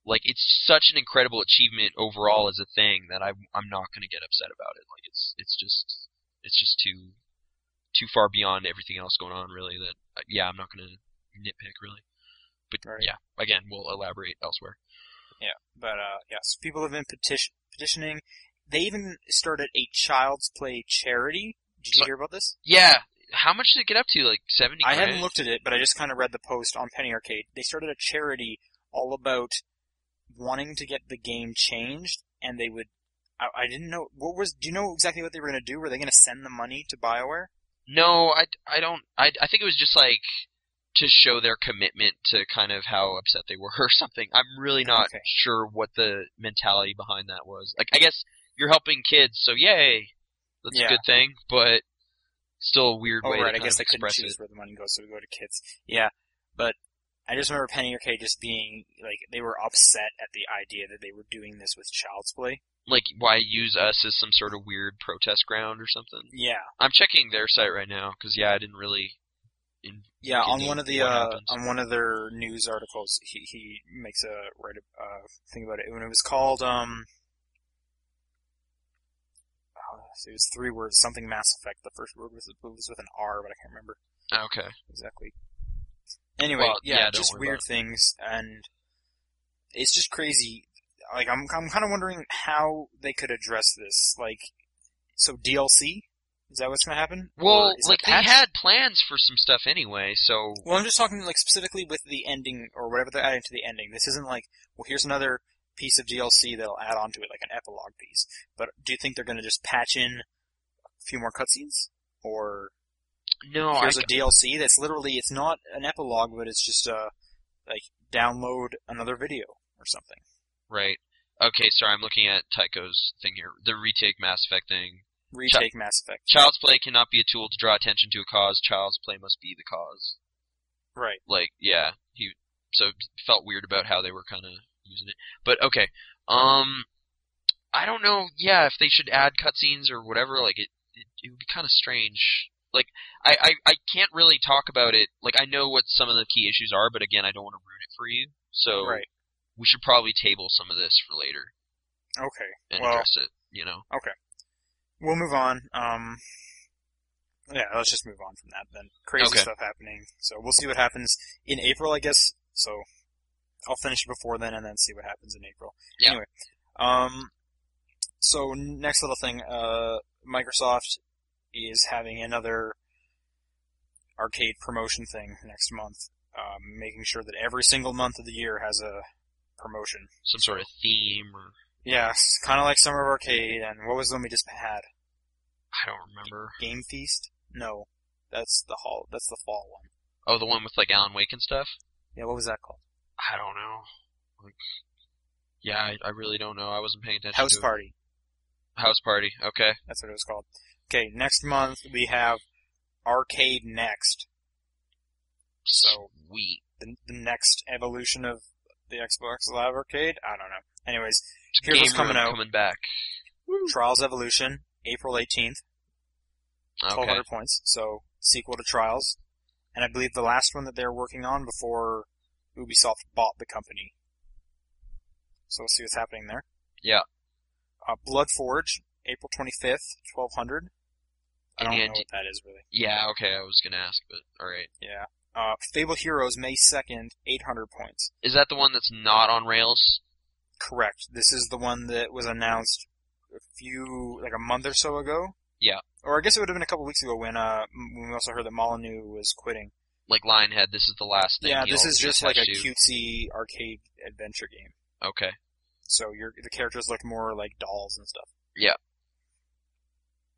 B: like it's such an incredible achievement overall as a thing that I I'm not going to get upset about it. Like it's it's just it's just too too far beyond everything else going on really that uh, yeah i'm not going to nitpick really but
A: Right.
B: yeah again we'll elaborate elsewhere
A: But uh, yeah, so people have been petition- petitioning. They even started a Child's Play charity. Did you
B: So-
A: hear about this?
B: yeah how much did it get up to like 70
A: I
B: grand?
A: hadn't looked at it, but I just kind of read the post on Penny Arcade. They started a charity all about wanting to get the game changed, and they would. I, I didn't know what was. Do you know exactly what they were going to do? Were they going to send the money to Bioware?
B: no i i don't i i think it was just like to show their commitment to kind of how upset they were [LAUGHS] or something i'm really not
A: Okay.
B: sure what the mentality behind that was like i guess you're helping kids so yay that's
A: Yeah.
B: a good thing but still a weird
A: Oh,
B: way
A: right.
B: to
A: I
B: kind
A: guess
B: of
A: they couldn't
B: express
A: choose
B: it
A: where the money goes, so we go to kids. Yeah, but I just remember Penny Arcade just being like they were upset at the idea that they were doing this with Child's Play.
B: like why use us as some sort of weird protest ground or something
A: Yeah,
B: I'm checking their site right now because yeah, I didn't really. In,
A: Yeah,
B: Give
A: on
B: me
A: one of the
B: what
A: uh,
B: happens.
A: on one of their news articles, he he makes a write a uh, thing about it, and it was called um, oh, it was three words, something Mass Effect. The first word was was with an R, but I can't remember
B: okay,
A: exactly. Anyway,
B: Well,
A: yeah,
B: yeah, don't
A: just
B: worry
A: weird
B: about
A: things, and it's just crazy. Like I'm I'm kind of wondering how they could address this. Like, so DLC is that what's going to happen?
B: well,
A: Or is it a
B: like they
A: patch?
B: had plans for some stuff anyway, so
A: Well, I'm just talking like specifically with the ending or whatever they're adding to the ending. This isn't like, well, here's another piece of DLC that'll add on to it, like an epilogue piece. But do you think they're going to just patch in a few more cutscenes, or
B: no, Oh, I,
A: here's a DLC that's literally it's not an epilogue, but it's just uh like download another video or something?
B: right. Okay, sorry, I'm looking at Tycho's thing here. The retake Mass Effect thing.
A: Retake Mass Effect,
B: Child's play cannot be a tool to draw attention to a cause. Child's play must be the cause.
A: right?
B: Like, yeah, he so felt weird about how they were kind of using it. But okay, um, I don't know. Yeah, if they should add cutscenes or whatever, like it, it, it would be kind of strange. Like, I, I, I can't really talk about it. Like, I know what some of the key issues are, but again, I don't want to ruin it for you. So
A: Right.
B: we should probably table some of this for later
A: Okay.
B: and
A: Well-
B: address it. You know.
A: we'll move on. Um, yeah, let's just move on from that then. Crazy
B: Okay.
A: stuff happening. So we'll see what happens in April, I guess. So I'll finish it before then, and then see what happens in April.
B: Yeah.
A: Anyway, um, so next little thing, uh, Microsoft is having another arcade promotion thing next month, um, making sure that every single month of the year has a promotion.
B: Some sort of theme or
A: Yeah, kind of like Summer of Arcade, and what was the one we just had?
B: I don't remember.
A: Game Feast? No, that's the hall. That's the fall one.
B: Oh, the one with like Alan Wake and stuff.
A: Yeah, what was that called?
B: I don't know. Like, yeah, I, I really don't know. I wasn't paying attention.
A: House
B: to it.
A: Party.
B: House party. Okay.
A: That's what it was called. Okay, next month we have Arcade Next. So-
B: we.
A: The, the next evolution of the Xbox Live Arcade. I don't know. Anyways, Here's
B: Game
A: what's coming
B: Room
A: out.
B: Coming back.
A: Trials Evolution, April 18th. twelve
B: Okay.
A: hundred points. So sequel to Trials, and I believe the last one that they're working on before Ubisoft bought the company. So we'll see what's happening there.
B: Yeah.
A: Uh, Blood Forge, April twenty fifth, twelve hundred. I don't
B: And-
A: know what that is really.
B: Yeah. Okay. I was gonna ask, but all right.
A: Yeah. Uh, Fable Heroes, May second, eight hundred points.
B: Is that the one that's not on rails?
A: Correct. This is the one that was announced a few, like a month or so ago.
B: Yeah.
A: Or I guess it would have been a couple weeks ago when uh m- when we also heard that Molyneux was quitting.
B: Like Lionhead. This is the last thing.
A: Yeah,
B: he'll
A: this is just like a
B: attach to.
A: cutesy arcade adventure game.
B: Okay.
A: So your the characters look more like dolls and stuff.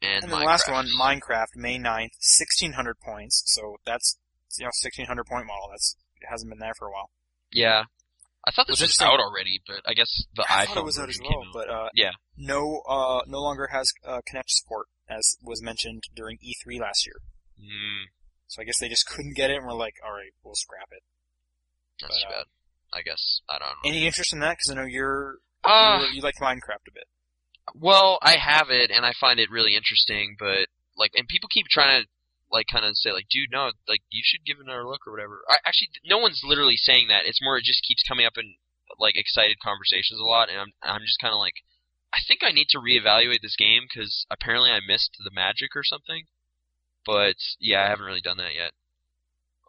B: And,
A: And, then the last one, Minecraft, May 9th, 1600 points. So that's you know 1600 point model. That's it hasn't been there for a while.
B: Yeah. I thought
A: Was
B: this was,
A: interesting.
B: out already, but I guess the
A: I
B: iPhone
A: thought it was out as
B: version
A: well,
B: came out.
A: but uh,
B: Yeah.
A: no, uh, no longer has uh, Connect support as was mentioned during E3 last year.
B: Mm,
A: So I guess they just [LAUGHS] couldn't get it and were like, all right, we'll scrap it.
B: that's
A: But,
B: too
A: uh,
B: bad. I guess I don't know.
A: Any interest in that? Because I know you're
B: Uh,
A: you, you like Minecraft a bit.
B: well, I have it, and I find it really interesting, but like, and people keep trying to like kind of say like, dude, no, like you should give it another look or whatever. I actually, no one's literally saying that. It's more it just keeps coming up in like excited conversations a lot, and I'm I'm just kind of like, I think I need to reevaluate this game because apparently I missed the magic or something. But yeah, I haven't really done that yet.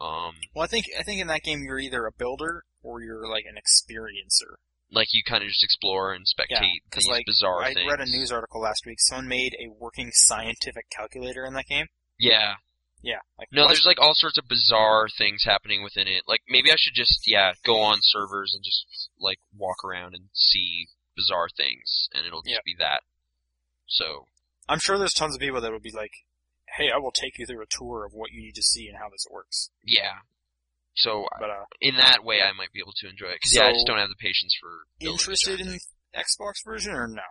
B: Um,
A: Well, I think I think in that game you're either a builder or you're like an experiencer.
B: like you kind of just explore and spectate
A: Yeah, 'cause,
B: these
A: like,
B: bizarre
A: I
B: things.
A: read a news article last week. Someone made a working scientific calculator in that game.
B: Yeah,
A: Yeah, like
B: no,
A: what?
B: there's like all sorts of bizarre things happening within it. Like maybe I should just yeah go on servers and just like walk around and see bizarre things, and it'll just
A: Yeah.
B: be that. So
A: I'm sure there's tons of people that would be like, "Hey, I will take you through a tour of what you need to see and how this works."
B: yeah, so
A: But uh,
B: in that way I might be able to enjoy it because yeah, I
A: So-
B: just don't have the patience for building
A: interested
B: design.
A: in Xbox version or no?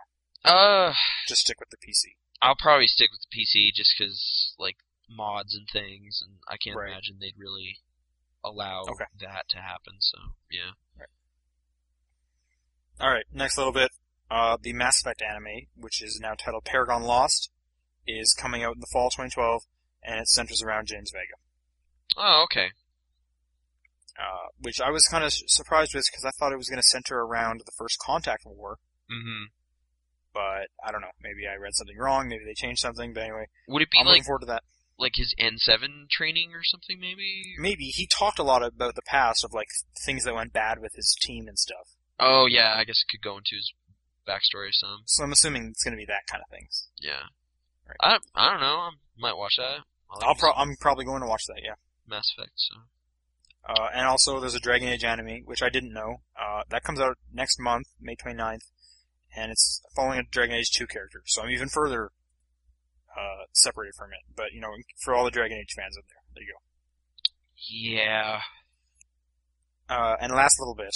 B: Uh,
A: Just stick with the PC.
B: I'll probably stick with the PC just because like mods and things, and I can't
A: Right.
B: imagine they'd really allow
A: Okay.
B: that to happen. So yeah,
A: All right, next little bit. Uh, the Mass Effect anime, which is now titled Paragon Lost, is coming out in the fall 2012, and it centers around James Vega.
B: oh okay,
A: uh, which I was kind of surprised with because I thought it was going to center around the first contact war,
B: hmm
A: but I don't know. Maybe I read something wrong. Maybe they changed something. But anyway,
B: Would it be
A: I'm
B: like
A: looking forward to that.
B: like his N7 training or something maybe?
A: Maybe he talked a lot about the past of like things that went bad with his team and stuff.
B: Oh yeah, I guess it could go into his backstory some.
A: So I'm assuming it's going to be that kind of things.
B: Yeah.
A: Right.
B: I I don't know. I might watch that. I like
A: I'll pro- I'm probably going to watch that. Yeah.
B: Mass Effect. So.
A: Uh, and also there's a Dragon Age anime which I didn't know. Uh, that comes out next month, May 29th, and it's following a Dragon Age 2 character. So I'm even further uh, separated from it. But you know, for all the Dragon Age fans out there, there you go.
B: Yeah.
A: Uh, and last little bit.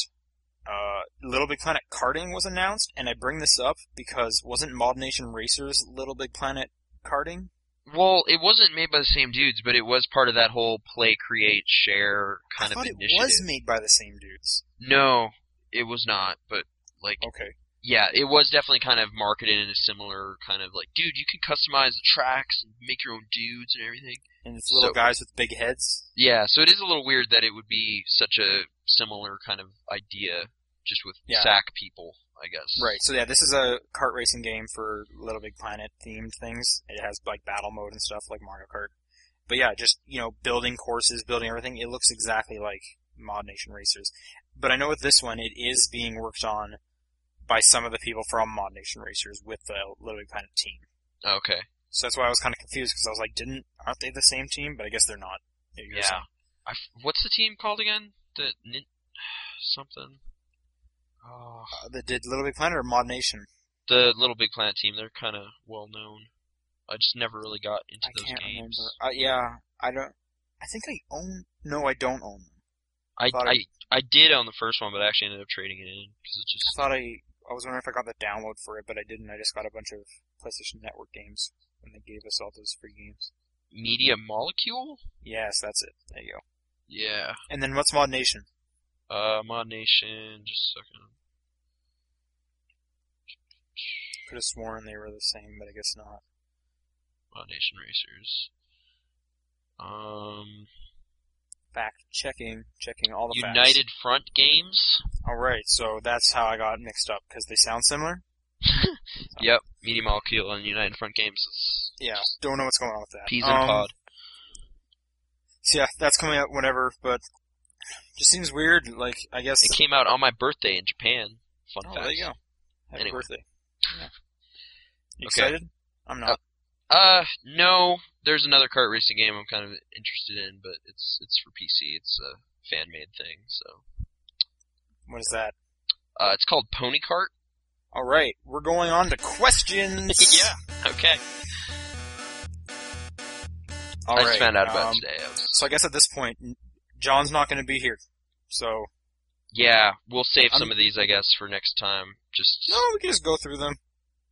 A: Uh, Little Big Planet karting was announced, and I bring this up because wasn't Mod Nation Racers Little Big Planet karting?
B: Well, it wasn't made by the same dudes, but it was part of that whole play, create, share kind
A: I
B: of
A: thought it
B: initiative.
A: was made by the same dudes.
B: No, it was not. But like,
A: Okay.
B: yeah, it was definitely kind of marketed in a similar kind of like, dude, you can customize the tracks and make your own dudes and everything.
A: And it's little
B: So-
A: guys with big heads.
B: Yeah, so it is a little weird that it would be such a similar kind of idea, just with
A: Yeah.
B: sack people, I guess.
A: Right. So yeah, this is a kart racing game for Little Big Planet themed things. It has like battle mode and stuff like Mario Kart. But yeah, just you know, building courses, building everything. It looks exactly like Mod Nation Racers. But I know with this one, it is being worked on by some of the people from Mod Nation Racers with the Little Big Planet team.
B: Okay.
A: So that's why I was kind of confused because I was like, didn't aren't they the same team? But I guess they're not. There you go,
B: Yeah.
A: Sam.
B: I f what's the team called again? The nin- [SIGHS] something. Oh,
A: Uh, that did Little Big Planet or Mod Nation?
B: the Little Big Planet team. They're kind of well known. I just never really got into
A: I
B: those
A: can't
B: games.
A: remember. Uh, yeah, I don't. I think I own. No, I don't own them.
B: I
A: Thought
B: I, I did on the first one, but I actually ended up trading it in because it
A: I
B: just
A: thought I. I was wondering if I got the download for it, but I didn't. I just got a bunch of PlayStation Network games when they gave us all those free games.
B: Media Molecule.
A: Yes, that's it. There you go.
B: Yeah.
A: And then what's Mod Nation?
B: Uh, Mod Nation. Just a second.
A: Could have sworn they were the same, but I guess not.
B: Mod uh, Nation Racers. Um,
A: Fact checking, checking all the facts.
B: United Front Games.
A: All right, so that's how I got mixed up because they sound similar.
B: Yep, Media Molecule and United Front Games. It's
A: Yeah, don't know what's going on with that.
B: peas in a
A: Um,
B: pod.
A: So yeah, that's coming out whenever, but just seems weird. Like I guess.
B: It came out on my birthday in Japan. Fun
A: Oh,
B: fact.
A: there you go. Happy
B: Anyway.
A: birthday. Yeah. You
B: Okay.
A: excited? I'm not.
B: Uh, no. There's another kart racing game I'm kind of interested in, but it's it's for PC. It's a fan made thing. So
A: What is that?
B: uh, it's called Pony Kart.
A: All right, we're going on to [LAUGHS] questions.
B: Okay.
A: All
B: I
A: right,
B: just found out about
A: um,
B: it today. I was-
A: So I guess at this point, n- John's not going to be here. So
B: yeah, we'll save
A: I'm-
B: some of these, I guess, for next time. Just
A: no, we can just go through them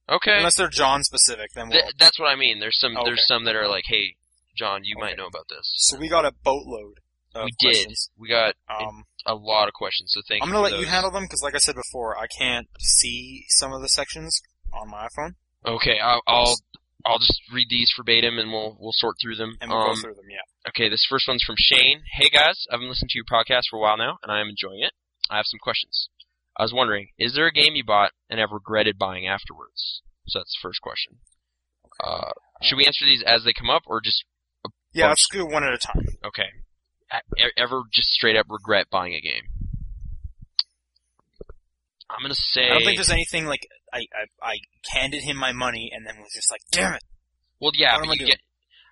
B: okay.
A: unless they're John specific. Then we'll.
B: Th- that's what I mean. There's some.
A: Oh,
B: There's some that are like, hey, John, you
A: Okay.
B: might know about this.
A: so we got a boatload. Of
B: We did.
A: questions.
B: We got
A: Um,
B: a lot of questions, so thank
A: I'm
B: you.
A: gonna
B: for
A: let you
B: those.
A: handle them because, like I said before, I can't see some of the sections on my iPhone,
B: Okay, I'll, I'll I'll just read these verbatim, and we'll we'll sort through them.
A: and we'll
B: Um,
A: go through them. Yeah.
B: Okay, this first one's from Shane. Hey guys, I've been listening to your podcast for a while now, and I am enjoying it. I have some questions. I was wondering, is there a game you bought and have regretted buying afterwards? So that's the first question. Uh, should we answer these as they come up, or just
A: Yeah,
B: bunch.
A: let's do one at a time.
B: okay? E- Ever just straight up regret buying a game? I'm gonna say.
A: I don't think there's anything like I, I I handed him my money and then was just like, damn it.
B: Well, yeah,
A: What am
B: but
A: I
B: you
A: doing?
B: get.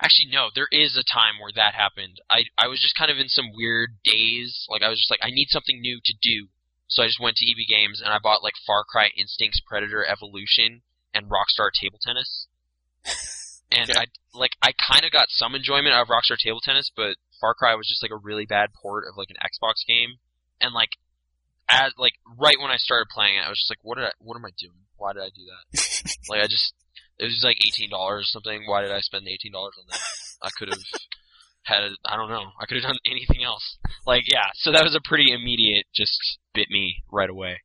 B: Actually, no. There is a time where that happened. I I was just kind of in some weird daze. Like I was just like, I need something new to do. So I just went to EB Games and I bought like Far Cry Instincts, Predator Evolution, and Rockstar Table
A: [LAUGHS]
B: Tennis. And
A: Okay.
B: I like I kind of got some enjoyment out of Rockstar Table Tennis, but Far Cry was just like a really bad port of like an Xbox game. And like, as like right when I started playing it, I was just like, what did I, what am I doing? Why did I do that? like I just it was like eighteen dollars or something. Why did I spend eighteen dollars on that? I could have had a, I don't know. I could have done anything else. Like yeah, so that was a pretty immediate. Just bit me right away.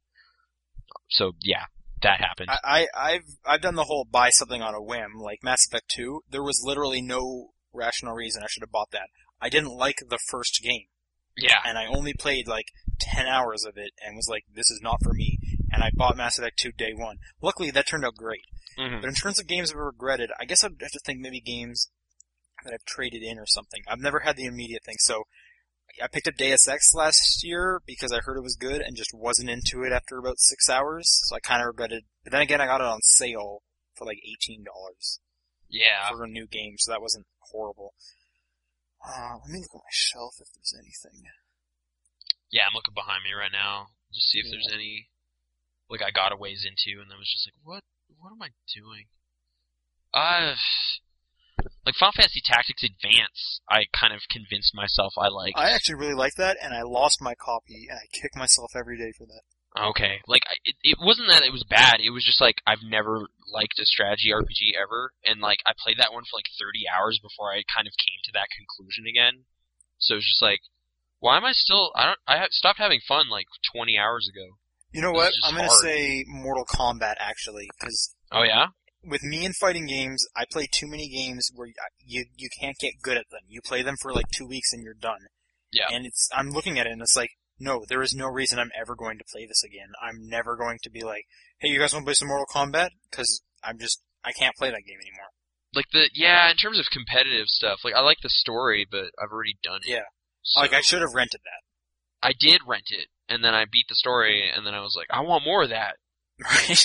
B: So yeah, that happened.
A: I, I I've I've done the whole buy something on a whim, like Mass Effect 2. There was literally no rational reason I should have bought that. I didn't like the first game.
B: yeah,
A: and I only played like 10 hours of it and was like, this is not for me. And I bought Mass Effect 2 day one. Luckily, that turned out great.
B: Mhm.
A: But in terms of games I've regretted, I guess I'd have to think maybe games that I've traded in or something. I've never had the immediate thing. So I picked up Deus Ex last year because I heard it was good and just wasn't into it after about six hours. So I kind of regretted. But then again, I got it on sale for like $18
B: yeah.
A: for a new game, so that wasn't horrible. Uh, let me look at my shelf if there's anything.
B: Yeah, I'm looking behind me right now to see if
A: Yeah.
B: there's any like I got a ways into, and I was just like, what? What am I doing? Uh, like Final Fantasy Tactics Advance, I kind of convinced myself I liked.
A: I actually really like that, and I lost my copy, and I kick myself every day for that.
B: Okay, like I- it, it wasn't that it was bad. It was just like I've never liked a strategy RPG ever, and like I played that one for like 30 hours before I kind of came to that conclusion again. So it's just like, why am I still? I don't. I have stopped having fun like 20 hours ago.
A: You know
B: This
A: what?
B: is
A: I'm gonna
B: hard.
A: say Mortal Kombat actually, because
B: Oh yeah,
A: with me in fighting games, I play too many games where y- you you can't get good at them. You play them for like two weeks and you're done.
B: Yeah.
A: And it's I'm looking at it and it's like, no, there is no reason I'm ever going to play this again. I'm never going to be like, hey, you guys want to play some Mortal Kombat? Because I'm just I can't play that game anymore.
B: like the yeah. In terms of competitive stuff, like I like the story, but I've already done it.
A: Yeah.
B: So,
A: Like I should have rented that. [LAUGHS]
B: I did rent it, and then I beat the story, and then I was like, I want more of that.
A: Right.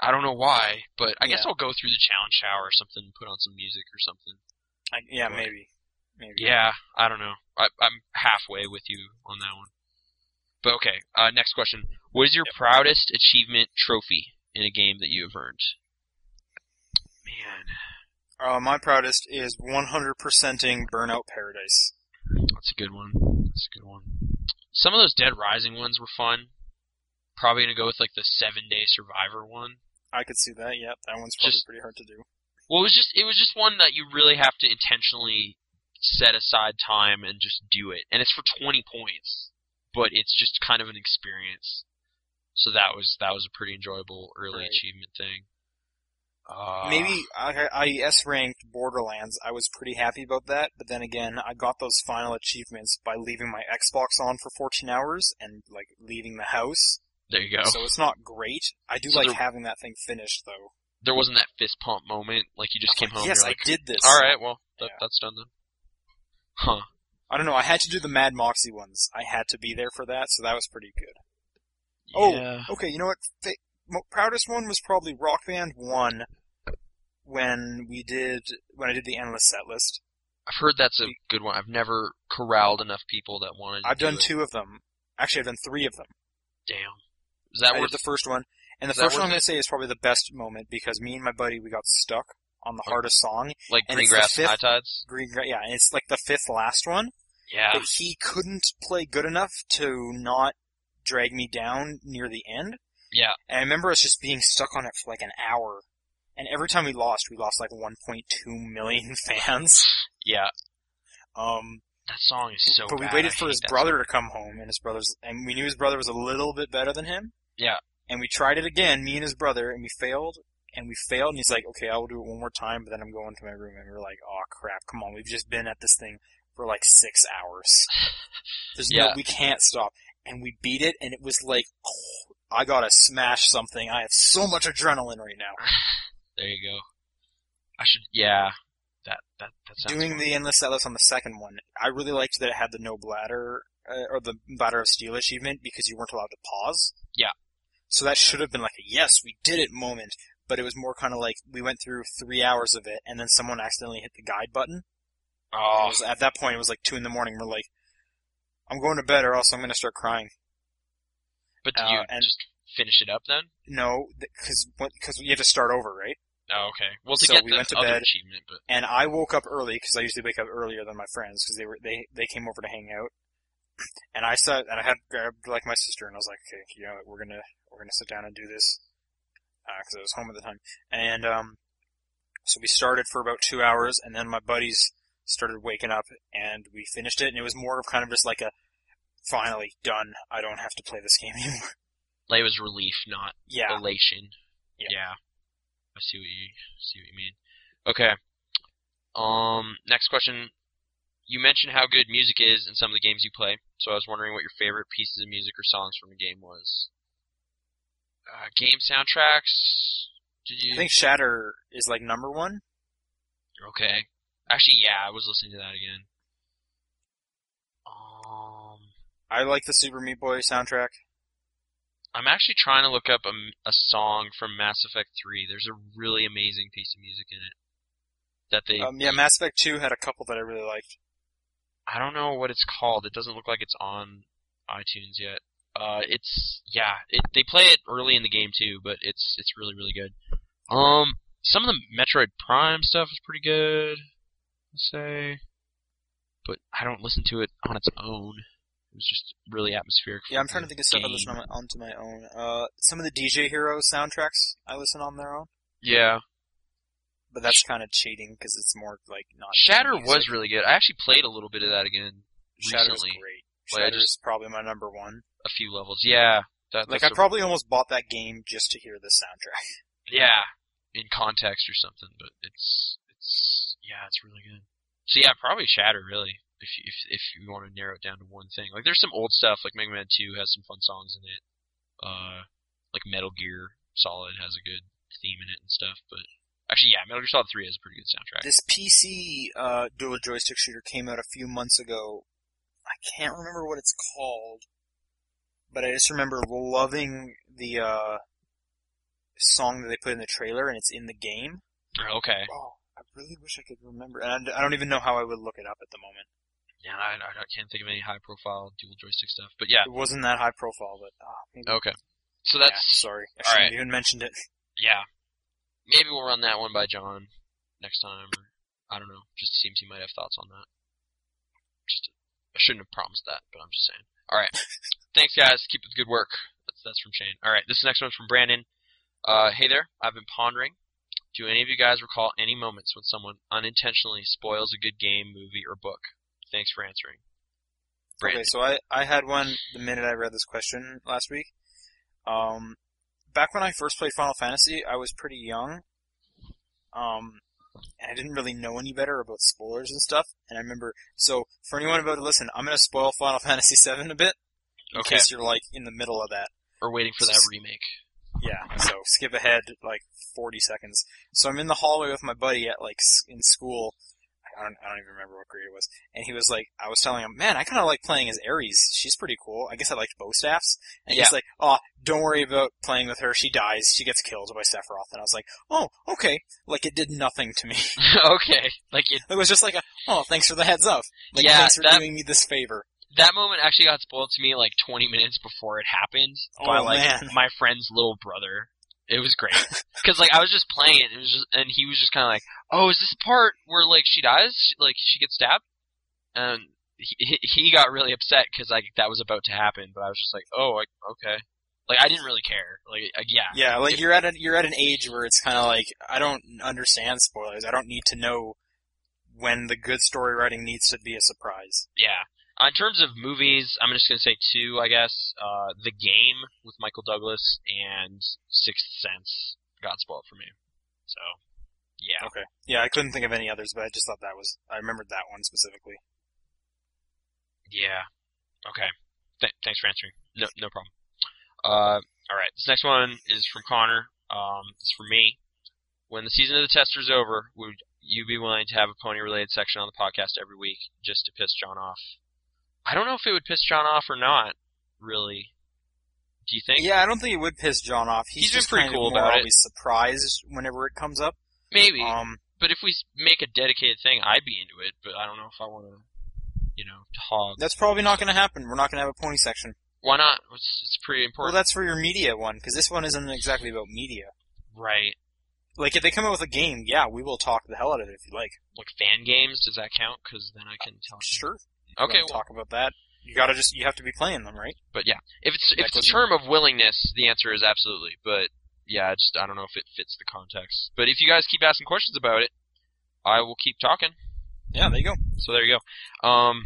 B: I don't know why, but I guess
A: Yeah.
B: I'll go through the challenge shower or something, put on some music or something.
A: I, yeah,
B: Right.
A: maybe. Maybe.
B: Yeah, I don't know. I, I'm halfway with you on that one. But okay, uh, next question. What is your proudest achievement trophy in a game that you have earned? Man,
A: Uh, my proudest is 100%ing Burnout Paradise.
B: that's a good one. That's a good one. Some of those Dead Rising ones were fun. Probably gonna go with like the seven day survivor one.
A: I could see that. Yep, that one's probably
B: Just-
A: pretty hard to do.
B: Well, it was just it was just one that you really have to intentionally set aside time and just do it, and it's for twenty points, but it's just kind of an experience. So that was that was a pretty enjoyable early
A: Right.
B: achievement thing. Uh,
A: Maybe I, I S ranked Borderlands. I was pretty happy about that, but then again, I got those final achievements by leaving my Xbox on for 14 hours and like leaving the house.
B: there you go.
A: So it's not great. I do
B: Oh. So
A: like
B: there-
A: having that thing finished though.
B: there wasn't that fist pump moment. Like you just
A: I was
B: came home.
A: like, yes,
B: and you're like,
A: I did this.
B: All right, well that,
A: Yeah.
B: that's done then. Huh.
A: I don't know. I had to do the Mad Moxie ones. I had to be there for that, so that was pretty good. Oh.
B: Yeah.
A: Okay, you know what? The mo- proudest one was probably Rock Band One when we did when I did the endless set list.
B: I've heard that's a good one. I've never corralled enough people that wanted. to
A: I've
B: do
A: done
B: it.
A: two of them. Actually, I've done three of them.
B: Damn. Is that
A: I
B: worth
A: did the first one, and the
B: Is that
A: first one
B: worth
A: I'm gonna say is probably the best moment because me and my buddy we got stuck on the
B: Okay.
A: hardest song,
B: like
A: and
B: green
A: it's the
B: grass and high
A: fifth-
B: tides?
A: Green. Gra- Yeah, and it's like the fifth last one.
B: Yeah.
A: But he couldn't play good enough to not drag me down near the end.
B: Yeah.
A: And I remember us just being stuck on it for like an hour. And every time we lost, we lost like 1.2 million [LAUGHS] fans.
B: Yeah.
A: Um,
B: That song is so
A: but we
B: bad.
A: waited
B: I
A: for
B: hate
A: his
B: that
A: brother to come home, and his brother's, and we knew his brother was a little bit better than him.
B: Yeah.
A: And we tried it again, me and his brother, and we failed, and we failed. And he's like, "Okay, I will do it one more time, but then I'm going to my room." And we were like, "Oh crap! Come on, we've just been at this thing for like six
B: [LAUGHS]
A: hours. There's no,
B: Yeah.
A: we can't stop." And we beat it, and it was like, oh, "I gotta smash something! I have so much adrenaline right now."
B: song. There you go. I should. Yeah. That that that sounds.
A: doing
B: fun.
A: the endless atlas on the second one, I really liked that it had the no bladder uh, or the bladder of steel achievement because you weren't allowed to pause.
B: Yeah.
A: So that should have been like a yes, we did it moment, but it was more kind of like we went through three hours of it, and then someone accidentally hit the guide button. And it
B: Oh,
A: was- at that point, it was like two in the morning. We're like, I'm going to bed, or else I'm going to start crying.
B: but did
A: uh,
B: you
A: and-
B: just finish it up then?
A: No, because because you have to start over, right?
B: Oh, okay. Well, to
A: So
B: get
A: we
B: the
A: went to
B: other
A: bed.
B: achievement, but
A: and I woke up early because I usually wake up earlier than my friends because they were they they came over to hang out, and I saw and I had grabbed like my sister and I was like, okay, you know, what, we're gonna we're gonna sit down and do this because I was home at the time, and um, so we started for about two hours, and then my buddies started waking up, and we finished it, and it was more of kind of just like a finally done. I don't have to play this game [LAUGHS] anymore.
B: like, it was relief, not
A: yeah,
B: elation.
A: Yeah.
B: I see what you see what you mean. Okay. Um next question. You mentioned how good music is in some of the games you play, so I was wondering what your favorite pieces of music or songs from a game was. Uh, game soundtracks? Did you
A: I think Shatter is like number one.
B: Okay. Actually, yeah, I was listening to that again. Um
A: I like the Super Meat Boy soundtrack.
B: I'm actually trying to look up a, m- a song from Mass Effect 3. There's a really amazing piece of music in it that they
A: Um, yeah, Mass Effect 2 had a couple that I really liked.
B: I don't know what it's called. It doesn't look like it's on iTunes yet. Uh, it's yeah, it, they play it early in the game too, but it's it's really really good. Um, some of the Metroid Prime stuff is pretty good, I'd say, but I don't listen to it on its own. It was just really atmospheric.
A: Yeah, I'm
B: for
A: trying
B: the
A: to think of stuff I
B: game.
A: listen on my, onto my own. Uh, some of the DJ Hero soundtracks I listen on their own,
B: Yeah,
A: but that's kind of cheating because it's more like not.
B: Shatter
A: music.
B: was really good. I actually played a little bit of that again
A: Shatter's
B: recently.
A: great.
B: Like, I
A: Shatter's probably my number one.
B: a few levels. Yeah, that,
A: Like I
B: that's a-
A: probably almost bought that game just to hear the soundtrack.
B: yeah, in context or something. But it's it's yeah, it's really good. So yeah, probably Shatter really. If you, if if you want to narrow it down to one thing, like there's some old stuff like Mega Man Two has some fun songs in it. Uh, like Metal Gear Solid has a good theme in it and stuff. But actually, yeah, Metal Gear Solid Three has a pretty good soundtrack.
A: This PC uh, dual joystick shooter came out a few months ago. I can't remember what it's called, but I just remember loving the uh, song that they put in the trailer, and it's in the game.
B: Oh, Okay,
A: Oh, I really wish I could remember. And I don't even know how I would look it up at the moment.
B: Yeah, I, I I can't think of any high profile dual joystick stuff. But yeah,
A: It wasn't that high profile, but ah, maybe.
B: okay. So
A: Yeah,
B: Oh, that's
A: sorry. I
B: all
A: shouldn't
B: right.
A: have even mentioned it. [LAUGHS]
B: yeah. Maybe we'll run that one by John next time, or I don't know. Just seems he might have thoughts on that. Just I shouldn't have promised that, but I'm just saying. All right. [LAUGHS] Thanks, guys. Keep up the good work. That's that's from Shane. All right. This next one's from Brandon. Uh, hey there. I've been pondering. Do any of you guys recall any moments when someone unintentionally spoils a good game, movie, or book? Thanks for answering. Brandon.
A: Okay, so I, I had one the minute I read this question last week. Um, back when I first played Final Fantasy, I was pretty young. Um, and I didn't really know any better about spoilers and stuff. And I remember, so for anyone about to listen, I'm going to spoil Final [LAUGHS] Fantasy VII a bit in
B: Okay.
A: case you're like in the middle of that.
B: We're waiting
A: [LAUGHS]
B: for that remake. [LAUGHS]
A: Yeah, so skip ahead like 40 seconds. So I'm in the hallway with my buddy at like s- in school. I don't, I don't even remember what grade it was. And he was like, I was telling him, man, I kind of like playing as Ares. She's pretty cool. I guess I liked bow staffs. And he's like, oh, don't worry about playing with her. She dies. She gets killed by Sephiroth. And I was like, oh, okay. Like it did nothing to me. [LAUGHS]
B: okay. Like it
A: It was just like, a, oh, thanks for the heads up. Like
B: Yeah,
A: thanks for
B: that-
A: doing me this favor.
B: that moment actually got spoiled to me like 20 minutes before it happened
A: Oh,
B: by like
A: man.
B: my friend's little brother. It was
A: [LAUGHS]
B: great because like I was just playing it, and it was just, and he was just kind of like, "Oh, is this the part where like she dies? She- Like she gets stabbed?" And he he- he got really upset because like that was about to happen, but I was just like, "Oh, like okay." Like I didn't really care. Like uh, yeah,
A: Yeah, like you're at a, you're at an age where it's kind of like I don't understand spoilers. I don't need to know when the good story writing needs to be a surprise.
B: yeah. Uh, In terms of movies, I'm just gonna say two, I guess. Uh, the Game with Michael Douglas and Sixth Sense got spoiled for me. So, yeah.
A: Okay. Yeah, I couldn't think of any others, but I just thought that was I remembered that one specifically.
B: Yeah. Okay. Th- thanks for answering. No, no problem. Uh, all right. This next one is from Connor. Um, it's from me. When the season of the tester's over, would you be willing to have a pony-related section on the podcast every week just to piss John off? I don't know if it would piss John off or not. Really? Do you think?
A: Yeah, I don't think it would piss John off. He's,
B: He's been
A: just
B: pretty
A: kind of
B: cool
A: more
B: about it.
A: always surprised whenever it comes up.
B: Maybe.
A: Um,
B: but if we s- make a dedicated thing, I'd be into it. But I don't know if I want to, you know, hog.
A: that's probably not going to happen. We're not going to have a pony section.
B: Why not? It's, it's pretty
A: Well,
B: important,
A: that's for your media one because this one isn't exactly about media.
B: right?
A: Like if they come out with a game, yeah, we will talk the hell out of it if you like.
B: like fan games. Does that count? Because then I can tell.
A: Sure.
B: Okay.
A: We'll
B: Well,
A: talk about that. You gotta just you have to be playing them, right?
B: but yeah, if it's if
A: That
B: it's a
A: doesn't-
B: term of willingness, the answer is absolutely. But yeah, I just I don't know if it fits the context. But if you guys keep asking questions about it, I will keep talking.
A: Yeah, there you go.
B: So there you go. Um.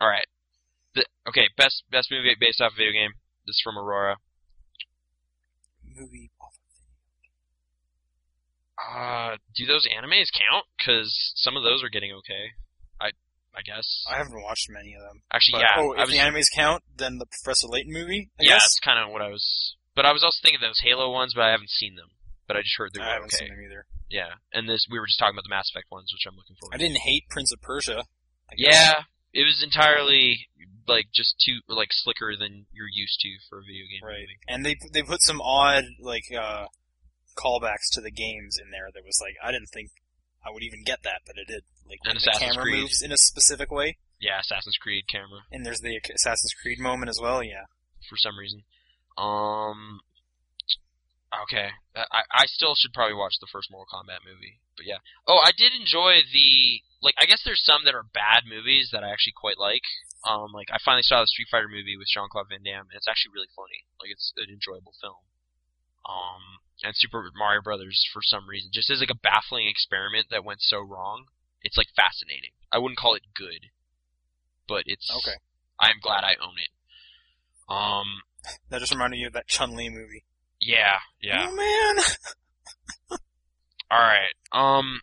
B: All right. The, okay. Best best movie based off a video game. This is from Aurora.
A: Movie.
B: Uh, do those animes count? Because some of those are getting okay. I I guess.
A: I haven't watched many of them. But,
B: Actually, yeah.
A: Oh,
B: I
A: if
B: was
A: the animes count, then the Professor Layton movie. I
B: Yeah,
A: guess?
B: that's kind of what I was. But I was also thinking of those Halo ones, but I haven't seen them. But I just heard they
A: I
B: were
A: haven't
B: okay.
A: seen them either.
B: Yeah, and this we were just talking about the Mass Effect ones, which I'm looking
A: I
B: forward. to.
A: didn't hate Prince of Persia. I guess.
B: Yeah, it was entirely like just too like slicker than you're used to for a video game.
A: Right.
B: movie.
A: And they they put some odd like uh, callbacks to the games in there that was like I didn't think I would even get that, but it did. Like
B: And
A: when the
B: Assassin's
A: camera
B: Creed.
A: moves in a specific way,
B: Yeah, Assassin's Creed camera
A: and there's the Assassin's Creed moment as well. Yeah.
B: for some reason. Um. Okay, I I still should probably watch the first Mortal Kombat movie, but yeah. Oh, I did enjoy the like. I guess there's some that are bad movies that I actually quite like. Um, like I finally saw the Street Fighter movie with Jean Claude Van Damme, and it's actually really funny. Like it's an enjoyable film. Um, and Super Mario Brothers for some reason just is like a baffling experiment that went so wrong. It's like fascinating. I wouldn't call it good, but it's
A: Okay.
B: I'm glad I own it. Um,
A: That just reminded you of that Chun Li movie.
B: yeah, yeah.
A: Oh man.
B: All right. Um,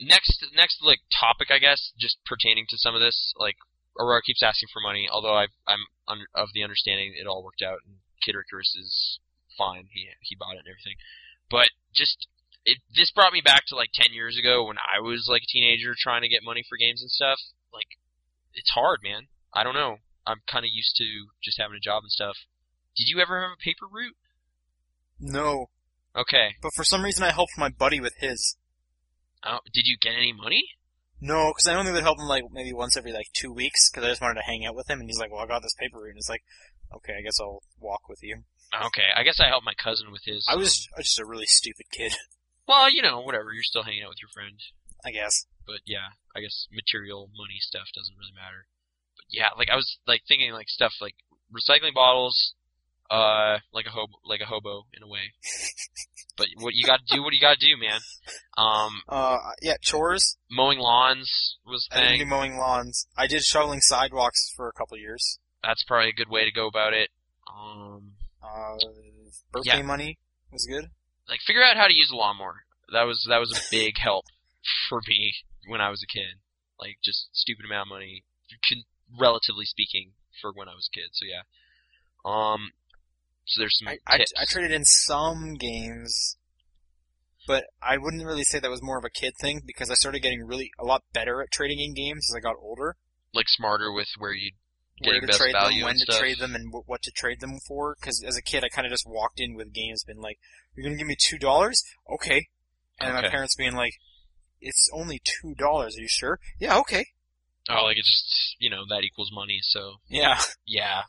B: next, next like topic, I guess, just pertaining to some of this. Like, Aurora keeps asking for money, although I, I'm un, of the understanding it all worked out, and Kid Icarus is fine. He he bought it and everything, but just it, this brought me back to like ten years ago when I was like a teenager trying to get money for games and stuff. Like, it's hard, man. I don't know. I'm kind of used to just having a job and stuff. Did you ever have a paper route?
A: No,
B: Okay.
A: but for some reason I helped my buddy with his.
B: Oh, did you get any money?
A: No, because I only would help him like maybe once every like two weeks because I just wanted to hang out with him, and he's like, "Well, I got this paper route." And it's like, "Okay, I guess I'll walk with you."
B: Okay, I guess I helped my cousin with his.
A: I was I was just a really stupid kid, [LAUGHS]
B: Well, you know, whatever. You're still hanging out with your friend.
A: I guess.
B: but yeah, I guess material money stuff doesn't really matter. But yeah, like I was like thinking like stuff like recycling bottles, uh, like a hobo, like a hobo in
A: [LAUGHS]
B: a way. but what you got to do, what you got to do, man. Um,
A: Uh, yeah, chores.
B: mowing lawns was a
A: I didn't do
B: thing.
A: mowing lawns. I did shoveling sidewalks for a couple years.
B: That's probably a good way to go about it. Um,
A: Uh, birthday
B: Yeah.
A: money was good.
B: like figure out how to use a lawnmower. That was that was a
A: [LAUGHS]
B: big help for me when I was a kid. Like just stupid amount of money, con- relatively speaking, for when I was a kid. So yeah. Um. So there's some
A: I, I,
B: tips.
A: I traded in some games, but I wouldn't really say that was more of a kid thing because I started getting really a lot better at trading in games as I got older.
B: like smarter with where you
A: Where
B: getting
A: to
B: best
A: trade them,
B: value
A: when
B: and
A: to
B: stuff.
A: trade them, and wh- what to trade them for. Because as a kid, I kind of just walked in with games, been like, "You're gonna give me two dollars, okay?" And my
B: Okay.
A: parents being like, "It's only two dollars. Are you sure?" Yeah, okay.
B: oh like it's just you know that equals money. So
A: [LAUGHS] Yeah,
B: yeah.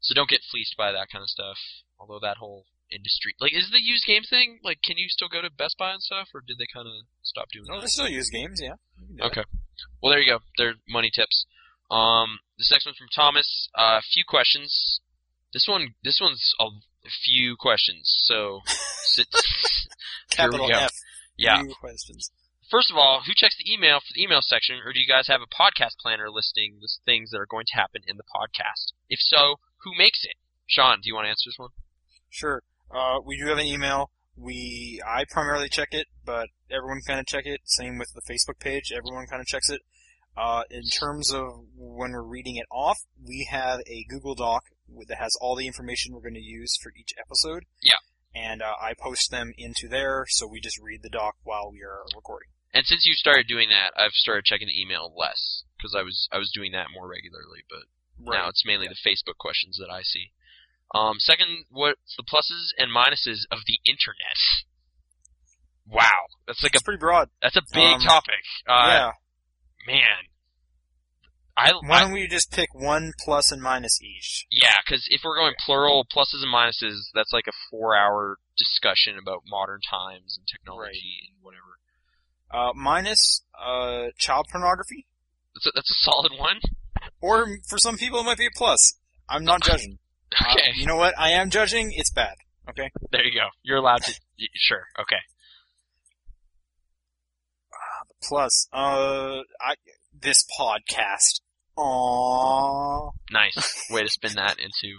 B: So don't get fleeced by that kind of stuff. Although that whole industry, like, is the used game thing like? Can you still go to Best Buy and stuff, or did they kind of stop doing
A: no,
B: that?
A: they still use games. Yeah. You can do
B: Okay. Well, there you go. They're money tips. Um, this next one's from Thomas. A uh, few questions. This one, this one's a few questions. So, sit,
A: that.
B: Here we
A: Capital
B: go.
A: F.
B: yeah.
A: New questions.
B: First of all, who checks the email for the email section, or do you guys have a podcast planner listing the things that are going to happen in the podcast? If so, who makes it? Sean, do you want to answer this one?
A: Sure. Uh, we do have an email. We I primarily check it, but everyone kind of check it. Same with the Facebook page. Everyone kind of checks it. Uh, in terms of when we're reading it off, we have a Google Doc with- that has all the information we're going to use for each episode.
B: Yeah.
A: And uh, I post them into there, so we just read the doc while we are recording.
B: And since you started doing that, I've started checking the email less because I was I was doing that more regularly, but. Now it's mainly
A: Yeah.
B: the Facebook questions that I see. Um, second, what's the pluses and minuses of the internet? Wow, that's like a
A: It's pretty broad.
B: that's a big
A: Um,
B: topic. Uh,
A: yeah.
B: man, I,
A: Why
B: I
A: don't we just pick one plus and minus each?
B: yeah, because if we're going plural, pluses and minuses, that's like a four-hour discussion about modern times and technology and whatever.
A: Uh, minus uh, child pornography.
B: That's a, that's a solid one. [LAUGHS]
A: Or for some people, it might be a plus. I'm not judging. Uh,
B: Okay,
A: you know what? I am judging. It's bad. Okay.
B: there you go. You're allowed to. y- Sure. Okay.
A: Plus, uh, I this podcast. Aww.
B: Nice way to spin that into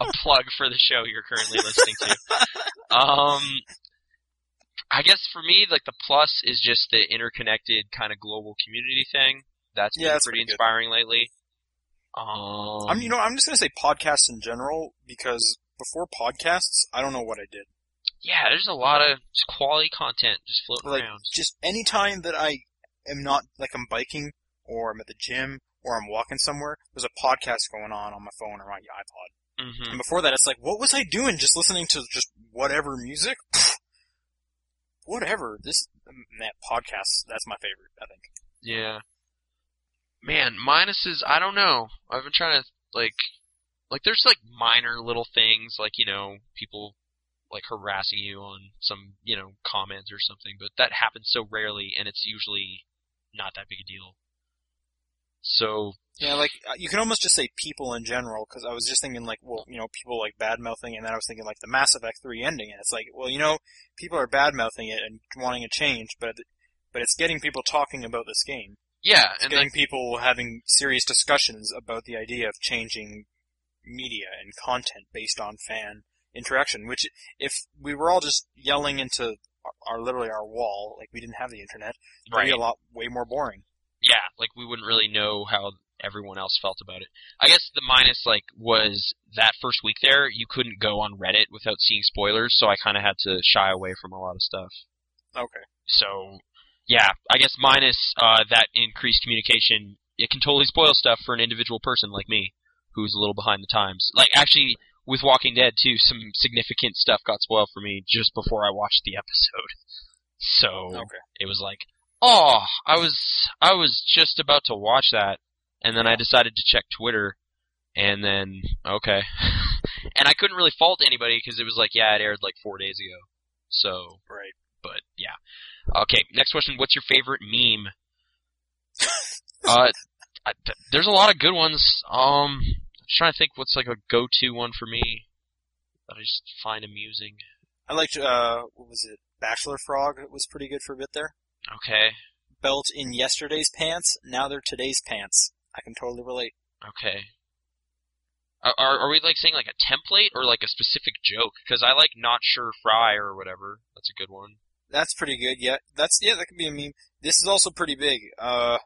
B: a plug for the show you're currently listening to. Um, I guess for me, like the plus is just the interconnected kind of global community thing. That's been
A: Yeah, that's
B: pretty
A: pretty good.
B: inspiring lately. Um,
A: I'm. You know, I'm just gonna say podcasts in general because before podcasts, I don't know what I did.
B: yeah, there's a lot of just quality content just floating
A: Like,
B: around.
A: Just any time that I am not like I'm biking or I'm at the gym or I'm walking somewhere, there's a podcast going on on my phone or my iPod.
B: hmm
A: And before that, it's like, what was I doing? Just listening to just whatever music? Pfft. whatever. This um, that podcast. That's my favorite. I think.
B: Yeah. Man, minuses. I don't know. I've been trying to like, like there's like minor little things, like you know, people like harassing you on some you know comment or something, but that happens so rarely, and it's usually not that big a deal. So
A: Yeah, like uh, you can almost just say people in general because I was just thinking like, well, you know, people like bad mouthing, and then I was thinking like the Mass Effect three ending, and it's like, well, you know, people are bad mouthing it and wanting a change, but but it's getting people talking about this game,
B: yeah,
A: it's
B: and
A: getting
B: like,
A: people having serious discussions about the idea of changing media and content based on fan interaction. Which, if we were all just yelling into our, our literally our wall, like we didn't have the internet, it'd
B: right,
A: be a lot way more boring.
B: yeah, like we wouldn't really know how everyone else felt about it. I guess the minus like was that first week there, you couldn't go on Reddit without seeing spoilers, so I kind of had to shy away from a lot of stuff.
A: Okay,
B: So, yeah, I guess minus uh, that increased communication, it can totally spoil stuff for an individual person like me, who's a little behind the times. Like, actually, with Walking Dead too, some significant stuff got spoiled for me just before I watched the episode. [LAUGHS] So
A: Okay.
B: it was like, oh, I was I was just about to watch that, and then I decided to check Twitter, and then okay, [LAUGHS] and I couldn't really fault anybody because it was like, yeah, it aired like four days ago, so
A: Right.
B: but yeah, okay. Next question: What's your favorite meme? uh, I, th- there's a lot of good ones. Um, I'm trying to think what's like a go-to one for me that I just find amusing.
A: I liked, uh, what was it? Bachelor Frog was pretty good for a bit there.
B: Okay,
A: Belt in yesterday's pants, now they're today's pants. I can totally relate.
B: Okay. Are- Are are we like saying like a template or like a specific joke? Because I like not sure fry or whatever. That's a good one.
A: That's pretty good. Yeah, that's yeah, that could be a meme. This is also pretty big. Uh,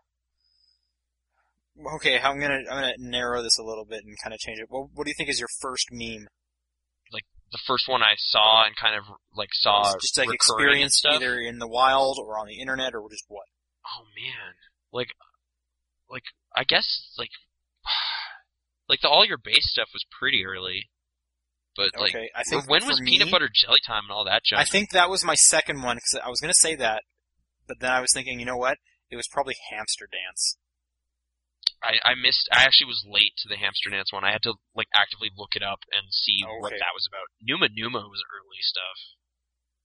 A: okay, I'm gonna I'm gonna narrow this a little bit and kind of change it. What what do you think is your first meme?
B: The first one I saw and kind of like saw
A: just like
B: recurring and
A: experience
B: stuff.
A: either in the wild or on the internet or just what?
B: Oh man, like, like I guess like, [SIGHS] like the all your base stuff was pretty early, but like
A: Okay, I think
B: when
A: for
B: was
A: me,
B: peanut butter jelly time and all that junk?
A: I think that was my second one because I was gonna say that, but then I was thinking, you know what? It was probably hamster dance.
B: I, I missed. I actually was late to the hamster dance one. I had to like actively look it up and see
A: Oh,
B: what
A: Okay.
B: that was about. Numa Numa was early stuff.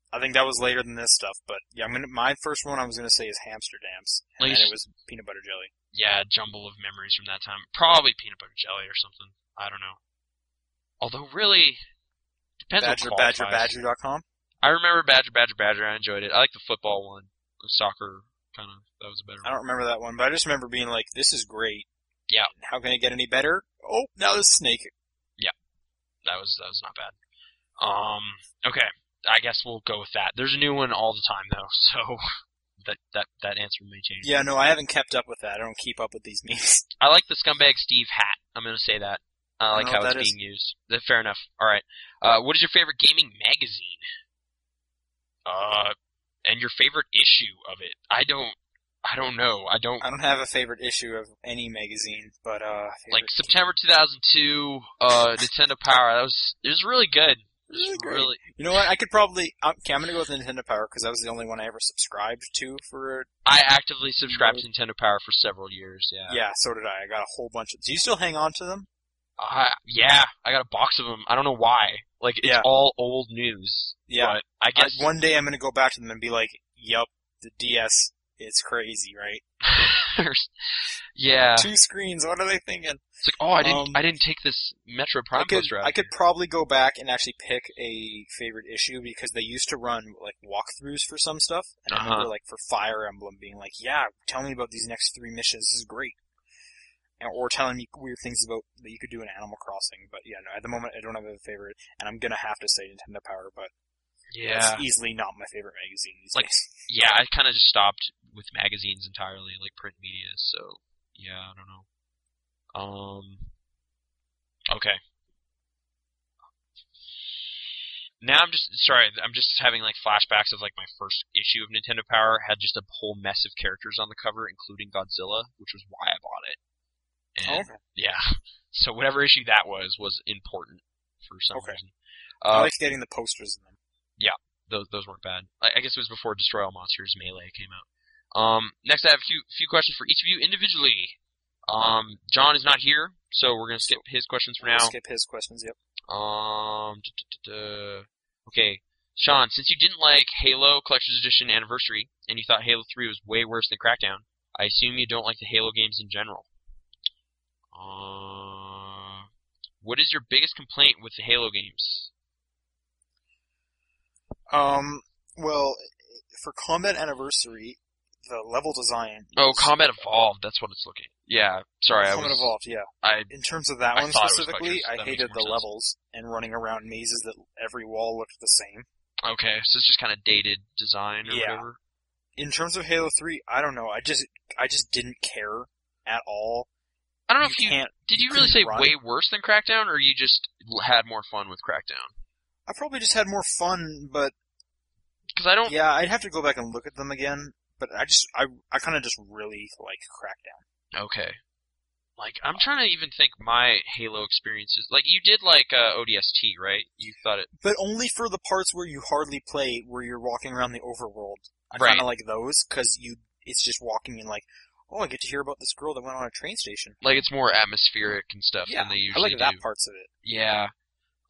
A: I think that was later than this stuff, but yeah, I'm gonna my first one I was gonna say is hamster dance, and
B: Like-
A: then it was peanut butter jelly.
B: yeah, a jumble of memories from that time. Probably peanut butter jelly or something. I don't know. Although really depends
A: Badger,
B: on
A: badger, badger.com.
B: I remember Badger Badger Badger. I enjoyed it. I like the football one, the soccer kind of. That was a better
A: I
B: one.
A: don't remember that one, but I just remember being like, "This is great."
B: Yeah.
A: How can it get any better? Oh, now this snake.
B: That was that was not bad. Um. Okay. I guess we'll go with that. There's a new one all the time though, [LAUGHS] so that that that answer may change.
A: Yeah, no, I haven't kept up with that. I don't keep up with these [LAUGHS] memes.
B: I like the scumbag Steve hat. I'm gonna say that. I like
A: No,
B: how it's
A: Oh, that is-
B: being used. Th- Fair enough. All right. Uh, what is your favorite gaming magazine? Uh, and your favorite issue of it? I don't. I don't know. I don't
A: I don't have a favorite issue of any magazine, but uh,
B: like
A: favorite-
B: September 2002. Uh, Nintendo Power. That was. It was really good. It was
A: Really great.
B: really.
A: You know what? I could probably. I'm- Okay, I'm gonna go with Nintendo Power because that was the only one I ever subscribed to for.
B: I actively subscribed to Nintendo Power for several years. Yeah.
A: Yeah, so did I. I got a whole bunch of. Do you still hang on to them?
B: I, yeah. I got a box of them. I don't know why. Like it's
A: Yeah.
B: all old news.
A: Yeah.
B: But I guess [LAUGHS]
A: I, one day I'm gonna go back to them and be like, "Yup, the DS is crazy, right?
B: yeah.
A: Two screens. What are they thinking?"
B: It's like, oh, I didn't,
A: Um,
B: I didn't take this Metro Prime
A: I could,
B: poster out.
A: I could probably go back and actually pick a favorite issue because they used to run like walkthroughs for some stuff, and I
B: Uh-huh.
A: remember like for Fire Emblem being like, "Yeah, tell me about these next three missions. This is great," and, or telling me weird things about that you could do in Animal Crossing. But yeah, no, at the moment I don't have a favorite, and I'm gonna have to say Nintendo Power, but
B: Yeah,
A: it's easily not my favorite magazine these
B: Like-
A: days.
B: yeah. I kind of just stopped with magazines entirely, like print media. So yeah, I don't know. Um. Okay. Now I'm just sorry. I'm just having like flashbacks of like my first issue of Nintendo Power had just a whole mess of characters on the cover, including Godzilla, which was why I bought it. And
A: okay.
B: yeah, [LAUGHS] so whatever issue that was was important for some
A: Okay.
B: reason.
A: Oh, I
B: Uh,
A: like getting the posters in them.
B: those those weren't bad. I, I guess it was before Destroy All Monsters Melee came out. Um, next, I have a few few questions for each of you individually. Um, John is not here, so we're gonna skip his questions for
A: We'll
B: now.
A: Skip his questions. Yep.
B: Um, duh, duh, duh, duh. okay, Sean, since you didn't like Halo Collector's Edition Anniversary and you thought Halo Three was way worse than Crackdown, I assume you don't like the Halo games in general. Uh, what is your biggest complaint with the Halo games?
A: Um. Well, for Combat Anniversary, the level design.
B: Oh,
A: is-
B: Combat Evolved. That's what it's looking. Yeah, sorry, I
A: Combat
B: was.
A: Evolved, yeah.
B: I
A: In terms of that
B: I
A: one
B: thought it was quite
A: specifically,
B: good.
A: I
B: That makes
A: hated
B: more
A: the
B: sense.
A: levels and running around mazes that every wall looked the same.
B: okay, so it's just kind of dated design or
A: Yeah.
B: whatever.
A: In terms of Halo 3, I don't know. I just I just didn't care at all.
B: I don't know
A: You
B: if you
A: can't.
B: did. You
A: you
B: really say
A: couldn't run.
B: way worse than Crackdown, or you just l- had more fun with Crackdown?
A: I probably just had more fun, but
B: Because I don't.
A: yeah, I'd have to go back and look at them again. But I just I I kind of just really like Crackdown.
B: Okay. Like I'm trying to even think my Halo experiences. Like you did like uh, ODST, right? You thought it
A: But only for the parts where you hardly play, where you're walking around the overworld. I
B: Right.
A: kind of like those because you it's just walking and like, oh, I get to hear about this girl that went on a train station.
B: like it's more atmospheric and stuff
A: Yeah,
B: than they
A: I
B: usually
A: like that
B: do.
A: parts of it.
B: Yeah.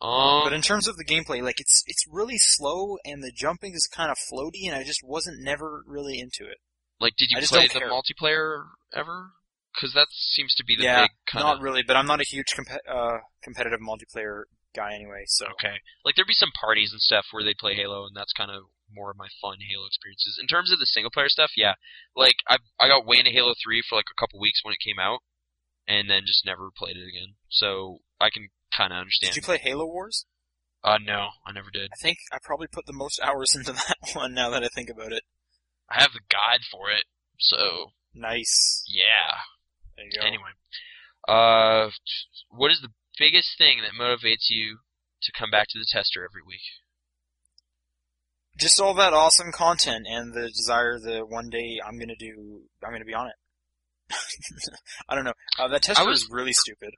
B: Um.
A: But in terms of the gameplay, like it's it's really slow and the jumping is kind of floaty, and I just wasn't never really into it.
B: like, did you
A: I just
B: play
A: don't
B: the
A: care.
B: multiplayer ever? Because that seems to be the
A: Yeah,
B: big kind
A: Not
B: of.
A: really, but I'm not a huge comp- uh, competitive multiplayer guy anyway, so
B: Okay. Like there'd be some parties and stuff where they play Halo, and that's kind of more of my fun Halo experiences. In terms of the single player stuff, yeah. Like I I got way into Halo Three for like a couple weeks when it came out, and then just never played it again. So I can kind of understand.
A: Did you play Halo Wars?
B: Uh, no, I never did.
A: I think I probably put the most [LAUGHS] hours into that one now that I think about it.
B: I have the guide for it, so
A: Nice.
B: yeah.
A: There you go.
B: Anyway, uh, what is the biggest thing that motivates you to come back to the tester every week?
A: Just all that awesome content and the desire that one day I'm gonna do, I'm gonna be on it. [LAUGHS] I don't know. Uh, that tester
B: I was-
A: is really stupid.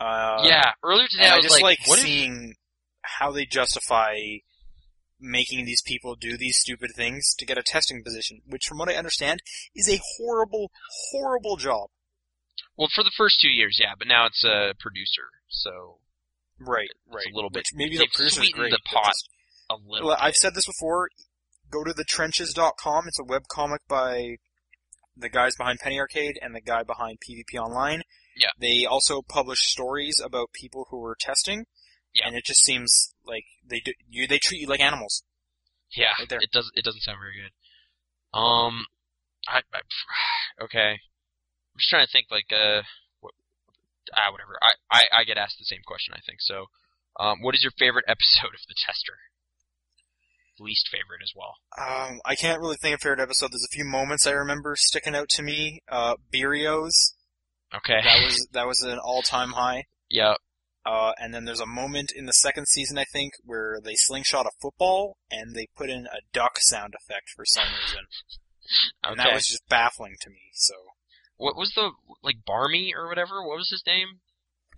A: Uh,
B: yeah, earlier today
A: and
B: I
A: I,
B: was
A: just like,
B: what if,
A: seeing how they justify making these people do these stupid things to get a testing position, which, from what I understand, is a horrible, horrible job.
B: well for the first two years, yeah, but now it's a producer, so
A: Right, right.
B: a little bit-
A: Which maybe the
B: they've
A: producer's
B: sweetened
A: great,
B: the
A: but
B: pot
A: just-
B: a little.
A: Well,
B: bit.
A: I've said this before. Go to thetrenches.com. It's a webcomic by the guys behind Penny Arcade and the guy behind PvP Online.
B: Yeah.
A: They also publish stories about people who were testing.
B: Yeah.
A: And it just seems like they do, you they treat you like animals.
B: yeah,
A: right there.
B: it does. It doesn't sound very good. Um, I, I [SIGHS] okay. I'm just trying to think like uh, what, ah, whatever. I, I I get asked the same question. I think so. Um, what is your favorite [LAUGHS] episode of the tester? Least favorite as well.
A: Um, I can't really think of favorite episode. There's a few moments I remember sticking out to me. Uh, Berrios.
B: Okay.
A: That was that was an all time high.
B: yeah.
A: Uh, and then there's a moment in the second season, I think, where they slingshot a football and they put in a duck sound effect for some reason. And
B: Okay.
A: that was just baffling to me. So
B: what was the like Barmy or whatever? What was his name?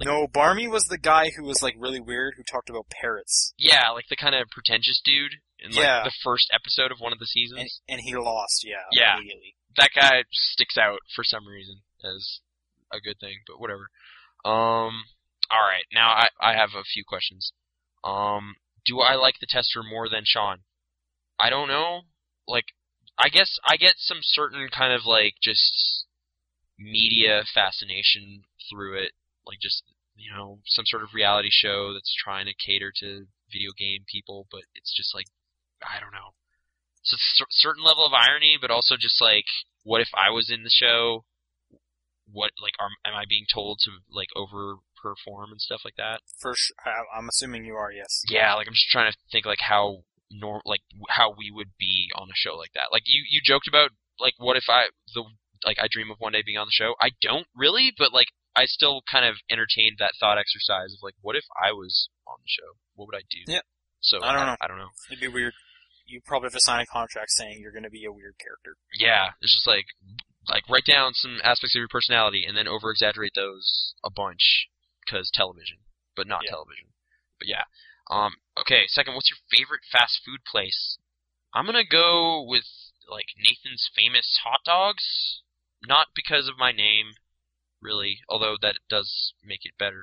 A: no, Barmy was the guy who was like really weird, who talked about parrots,
B: Yeah, like the kind of pretentious dude in like
A: Yeah.
B: the first episode of one of
A: and,
B: the seasons.
A: and he lost. Yeah,
B: Yeah.
A: immediately.
B: that guy sticks out for some reason as a good thing, but whatever. Um, all right, now I, I have a few questions. Um, do I like the tester more than Sean? I don't know. Like, I guess I get some certain kind of like just media fascination through it, like just you know some sort of reality show that's trying to cater to video game people, but it's just like I don't know. So it's a cer- certain level of irony, but also just like, what if I was in the show? What like are, am I being told to like overperform and stuff like that?
A: For sh- I, I'm assuming you are. Yes.
B: Yeah, like I'm just trying to think like how norm like w- how we would be on a show like that. Like you you joked about like what if I the like I dream of one day being on the show. I don't really, but like I still kind of entertained that thought exercise of like what if I was on the show? What would I do?
A: Yeah.
B: So
A: I don't know.
B: I don't know.
A: It'd be weird. You probably have to sign a contract saying you're going to be a weird character.
B: Yeah, it's just like like write down some aspects of your personality and then over exaggerate those a bunch because television, but not
A: Yeah.
B: television. But yeah. Um. Okay. Second, what's your favorite fast food place? I'm gonna go with like Nathan's famous hot dogs, not because of my name, really, although that does make
A: [LAUGHS]
B: it better.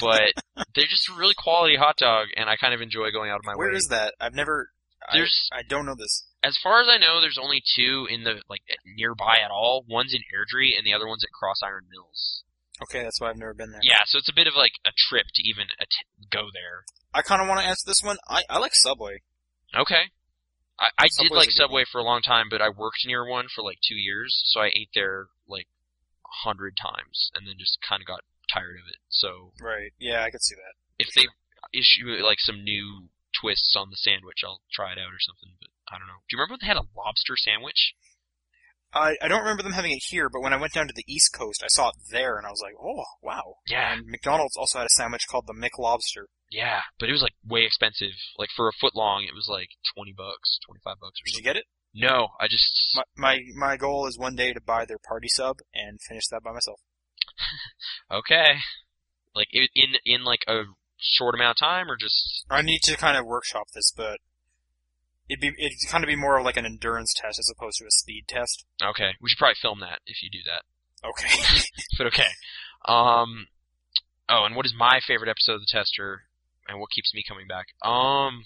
B: but they're just a really quality hot dog, and I kind of enjoy going out of my way.
A: Where is that? I've never. I,
B: There's
A: I don't know this.
B: as far as I know, there's only two in the like nearby at all. One's in Airdrie, and the other one's at Cross Iron Mills.
A: Okay, that's why I've never been there.
B: Yeah, so it's a bit of like a trip to even att- go there.
A: I kind of want to answer this one. I, I like Subway.
B: Okay, I, I did
A: Subway's
B: like
A: a good
B: Subway for a long time, but I worked near one for like two years, so I ate there like a hundred times, and then just kind of got tired of it. So
A: Right. Yeah, I could see that.
B: if they issue like some new twists on the sandwich, I'll try it out or something. But I don't know. Do you remember when they had a lobster sandwich?
A: I, I don't remember them having it here, but when I went down to the East Coast, I saw it there, and I was like, oh, wow.
B: Yeah,
A: And McDonald's also had a sandwich called the McLobster.
B: Yeah, but it was like way expensive. Like for a foot long, it was like twenty bucks, twenty five bucks or
A: Did you
B: something.
A: get it?
B: No, I just
A: My, my my goal is one day to buy their party sub and finish that by myself.
B: okay, like i- in in like a short amount of time, or just
A: I need to kind of workshop this, but it'd be it'd kind of be more of like an endurance test as opposed to a speed test.
B: okay. We should probably film that if you do that.
A: Okay. [LAUGHS]
B: but okay. Um. Oh, and what is my favorite episode of the Tester, and what keeps me coming back? Um.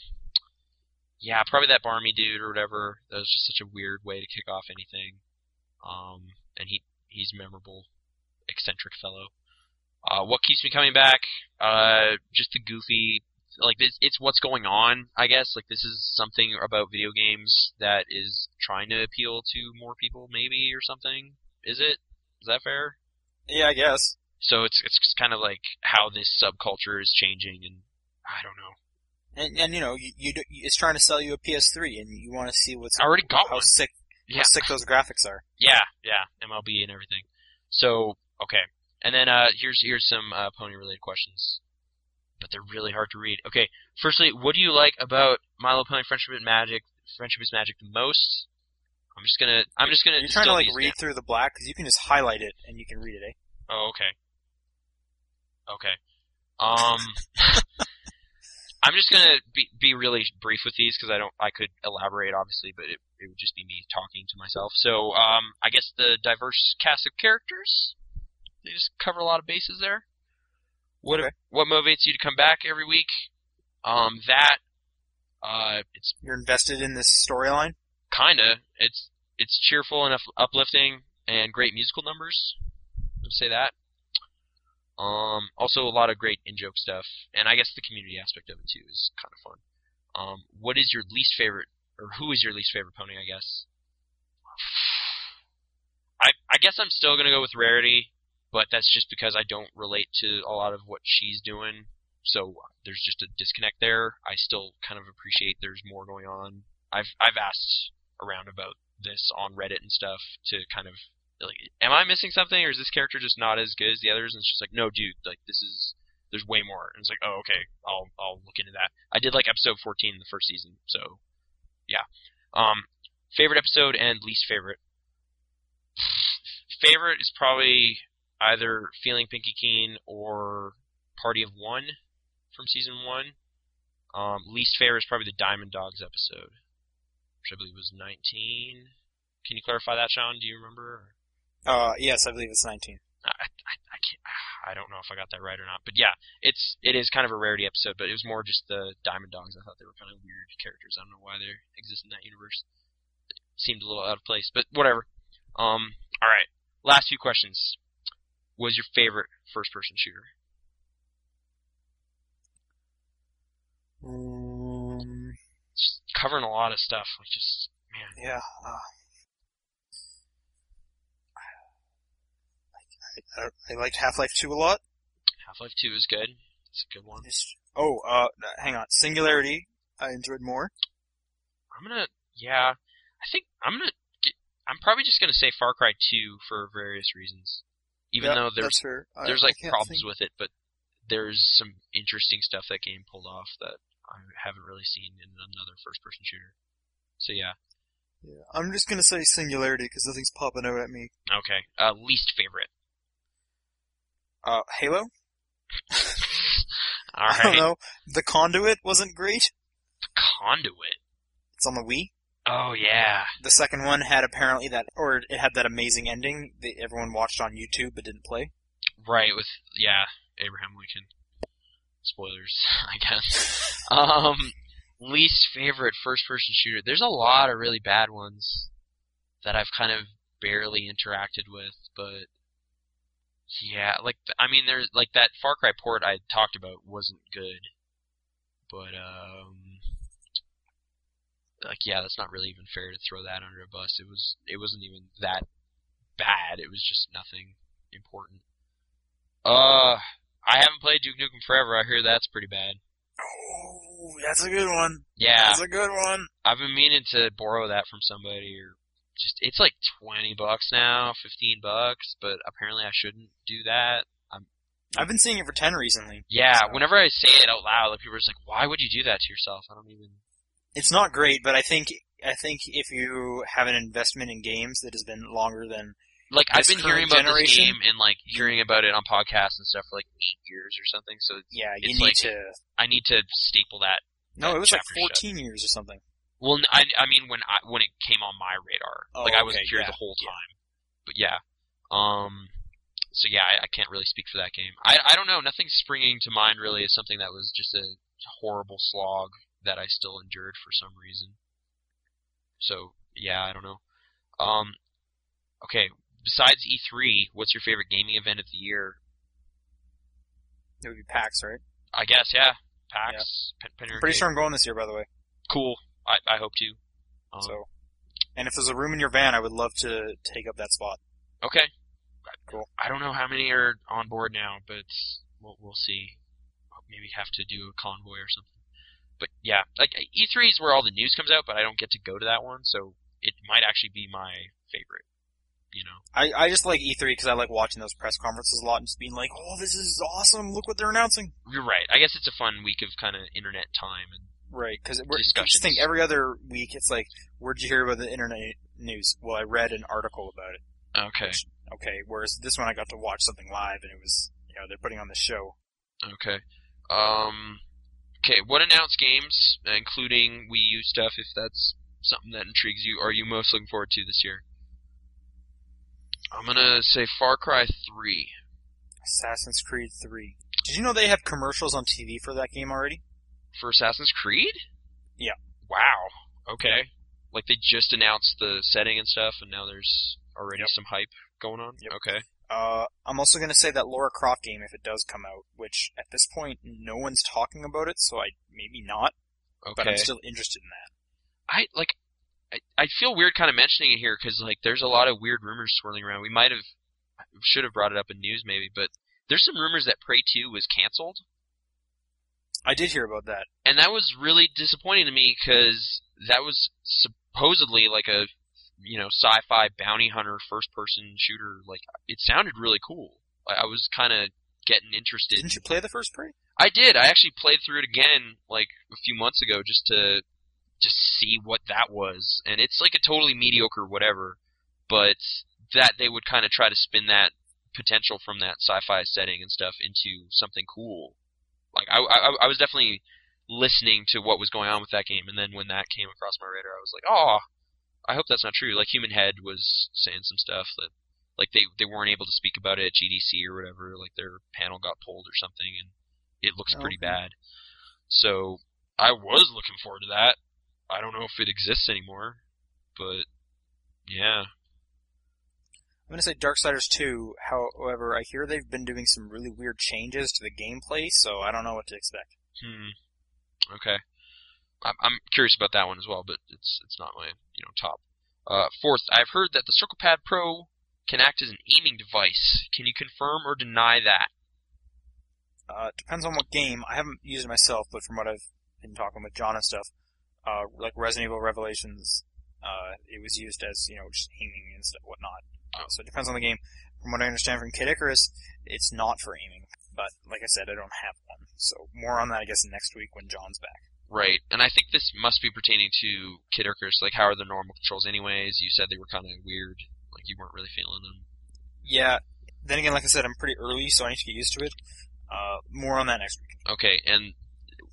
B: Yeah, probably that Barmy dude or whatever. That was just such a weird way to kick off anything. Um, and he he's memorable, eccentric fellow. Uh, what keeps me coming back? Uh, just the goofy, like this. It's what's going on, I guess. Like this is something about video games that is trying to appeal to more people, maybe or something. Is it? Is that fair?
A: yeah, I guess.
B: So it's it's just kind of like how this subculture is changing, and I don't know.
A: And and you know you, you d- it's trying to sell you a PS3, and you want to see what's
B: I already got
A: how
B: one.
A: sick
B: Yeah,
A: how sick those graphics are.
B: yeah, yeah. MLB and everything. So okay, and then uh, here's here's some uh, pony related questions, but they're really hard to read. Okay, firstly, what do you like about My Little Pony: Friendship is Magic? Friendship is Magic the most. I'm just gonna I'm just gonna
A: You're trying to
B: distill
A: like
B: these
A: read through the black because you can just highlight it and you can read it. Eh?
B: Oh, okay. Okay. Um, I'm just gonna be be really brief with these because I don't I could elaborate obviously, but it it would just be me talking to myself. So um, I guess the diverse cast of characters. They just cover a lot of bases there. What
A: Okay.
B: what motivates you to come back every week? Um, that uh, it's
A: You're invested in this storyline.
B: kinda. It's it's cheerful and up- uplifting, and great musical numbers. I'd say that. Um, also a lot of great in joke stuff, and I guess the community aspect of it too is kind of fun. Um, what is your least favorite, or who is your least favorite pony? I guess. I I guess I'm still gonna go with Rarity, but that's just because I don't relate to a lot of what she's doing. So there's just a disconnect there. I still kind of appreciate there's more going on I've I've asked around about this on Reddit and stuff to kind of like, am I missing something, or is this character just not as good as the others? And she's like, no, dude, like this is there's way more. And it's like, oh, okay, I'll I'll look into that. I did like episode 14 in the first season, so yeah. Um, favorite episode and least favorite. favorite is probably either feeling Pinky Keen or Party of One from season one. Um, least favorite is probably the Diamond Dogs episode which I believe was 19. Can you clarify that, Sean? Do you remember?
A: Uh, yes, I believe it's 19.
B: I, I, I can't. [SIGHS] I don't know if I got that right or not, but yeah, it's it is kind of a rarity episode, but it was more just the Diamond Dogs. I thought they were kind of weird characters. I don't know why they exist in that universe. It seemed a little out of place, but whatever. Um, all right. Last few questions. What Was your favorite first-person shooter?
A: Um,
B: Just covering a lot of stuff. Like just man,
A: yeah. Uh, I, I, I liked Half-Life 2 a lot.
B: Half-Life 2 is good. It's a good one.
A: Just- oh, uh, hang on. Singularity, I enjoyed more.
B: I'm gonna, yeah, I think I'm gonna, get, I'm probably just gonna say Far Cry 2 for various reasons, even
A: Yeah,
B: though
A: that's
B: there's
A: fair. I-
B: there's
A: I
B: like
A: can't
B: problems
A: think-
B: with it, but there's some interesting stuff that game pulled off that I haven't really seen in another first-person shooter. So yeah,
A: yeah. I'm just gonna say Singularity because nothing's popping out at me.
B: okay, uh, least favorite. [LAUGHS]
A: Uh, Halo.
B: All
A: [LAUGHS] I don't
B: right,
A: know. The Conduit wasn't great.
B: Conduit.
A: It's on the Wii.
B: Oh yeah,
A: The second one had apparently that, or it had that amazing ending that everyone watched on YouTube but didn't play.
B: right with yeah Abraham Lincoln. Spoilers, [LAUGHS] I guess. Um, least favorite first-person shooter. There's a lot of really bad ones that I've kind of barely interacted with, but yeah, like th- I mean, there's like that Far Cry port I talked about wasn't good, but um, like yeah, that's not really even fair to throw that under a bus. It was it wasn't even that bad. It was just nothing important. Uh, I haven't played Duke Nukem Forever. I hear that's pretty bad.
A: Oh, that's a good one.
B: Yeah,
A: a good one.
B: I've been meaning to borrow that from somebody or just it's like 20 bucks now, 15 bucks, but apparently I shouldn't do that.
A: I've been seeing it for ten recently.
B: Yeah,
A: So-
B: whenever I say it out loud, like people are just like, "Why would you do that to yourself?" I don't even
A: It's not great, but I think I think if you have an investment in games that has been longer than
B: like I've
A: This
B: been hearing
A: current
B: about this
A: generation?
B: game and like hearing about it on podcasts and stuff for like eight years or something. So
A: Yeah, you
B: It's
A: need
B: like-
A: to.
B: I need to staple that.
A: No, it was like
B: chapter shut.
A: 14 years or something.
B: Well, n- I, I mean when I when it came on my radar,
A: Oh,
B: like I was
A: okay,
B: here
A: yeah,
B: the whole
A: yeah.
B: time. But yeah, um, so yeah, I, I can't really speak for that game. I I don't know. Nothing's springing to mind really. Is something that was just a horrible slog that I still endured for some reason. So yeah, I don't know. Um, okay. Besides E3, what's your favorite gaming event of the year?
A: It would be PAX, right?
B: I guess yeah. PAX. Pen- Pen-
A: I'm pretty sure I'm going this year, by the way.
B: Cool. I I hope to. Um,
A: So, and if there's a room in your van, I would love to take up that spot.
B: Okay.
A: Cool.
B: I don't know how many are on board now, but we'll, we'll see. Maybe have to do a convoy or something. But yeah, like E3 is where all the news comes out, but I don't get to go to that one, so it might actually be my favorite. You know?
A: I, I just like E3 because I like watching those press conferences a lot and just being like, oh, this is awesome. Look what they're announcing.
B: You're right. I guess it's a fun week of kind of internet time. And
A: Right, because just
B: Discussions.
A: think every other week it's like, where'd you hear about the internet news? Well, I read an article about it.
B: okay,
A: Okay, whereas this one I got to watch something live and it was, you know, they're putting on the show.
B: okay, um, okay. What announced games, including Wii U stuff, if that's something that intrigues you, are you most looking forward to this year? I'm gonna say Far Cry Three.
A: Assassin's Creed 3. Did you know they have commercials on TV for that game already?
B: for Assassin's Creed?
A: Yeah.
B: Wow. Okay. Like they just announced the setting and stuff, and now there's already
A: Yep.
B: some hype going on.
A: Yep.
B: Okay.
A: Uh, I'm also going to say that Laura Croft game, if it does come out, which at this point no one's talking about it, so I maybe not, but
B: Okay.
A: I'm still interested in that.
B: I like. I, I feel weird kind of mentioning it here because like there's a lot of weird rumors swirling around. We might have should have brought it up in news maybe, but there's some rumors that Prey 2 was canceled,
A: I did hear about that.
B: and that was really disappointing to me because that was supposedly like a you know sci-fi bounty hunter first person shooter. Like it sounded really cool. I, I was kind of getting interested.
A: Didn't you play the first Prey?
B: I did. I actually played through it again like a few months ago just to just see what that was. And it's like a totally mediocre whatever, but that they would kind of try to spin that potential from that sci-fi setting and stuff into something cool. Like I I, I was definitely listening to what was going on with that game and then when that came across my radar I was like, "Oh, I hope that's not true." Like Human Head was saying some stuff that like they they weren't able to speak about it at GDC or whatever. Like their panel got pulled or something, and it looks
A: Oh,
B: pretty
A: okay.
B: bad. So I was looking forward to that. I don't know if it exists anymore, but yeah,
A: I'm going to say Darksiders 2, however, I hear they've been doing some really weird changes to the gameplay, so I don't know what to expect.
B: hmm, okay. I'm, I'm curious about that one as well, but it's it's not my you know top. Uh, fourth, I've heard that the Circle Pad Pro can act as an aiming device. Can you confirm or deny that?
A: Uh, it depends on what game. I haven't used it myself, but from what I've been talking with John and stuff, uh, like Resident Evil Revelations, uh, it was used as, you know, just aiming and stuff, whatnot. Uh, so it depends on the game. From what I understand from Kid Icarus, it's not for aiming. But like I said, I don't have one. So more on that, I guess, next week when John's back.
B: Right, and I think this must be pertaining to Kid Icarus. Like, how are the normal controls, anyways? You said they were kind of weird. Like, you weren't really feeling them.
A: Yeah. Then again, like I said, I'm pretty early, so I need to get used to it. Uh, more on that next week.
B: Okay, and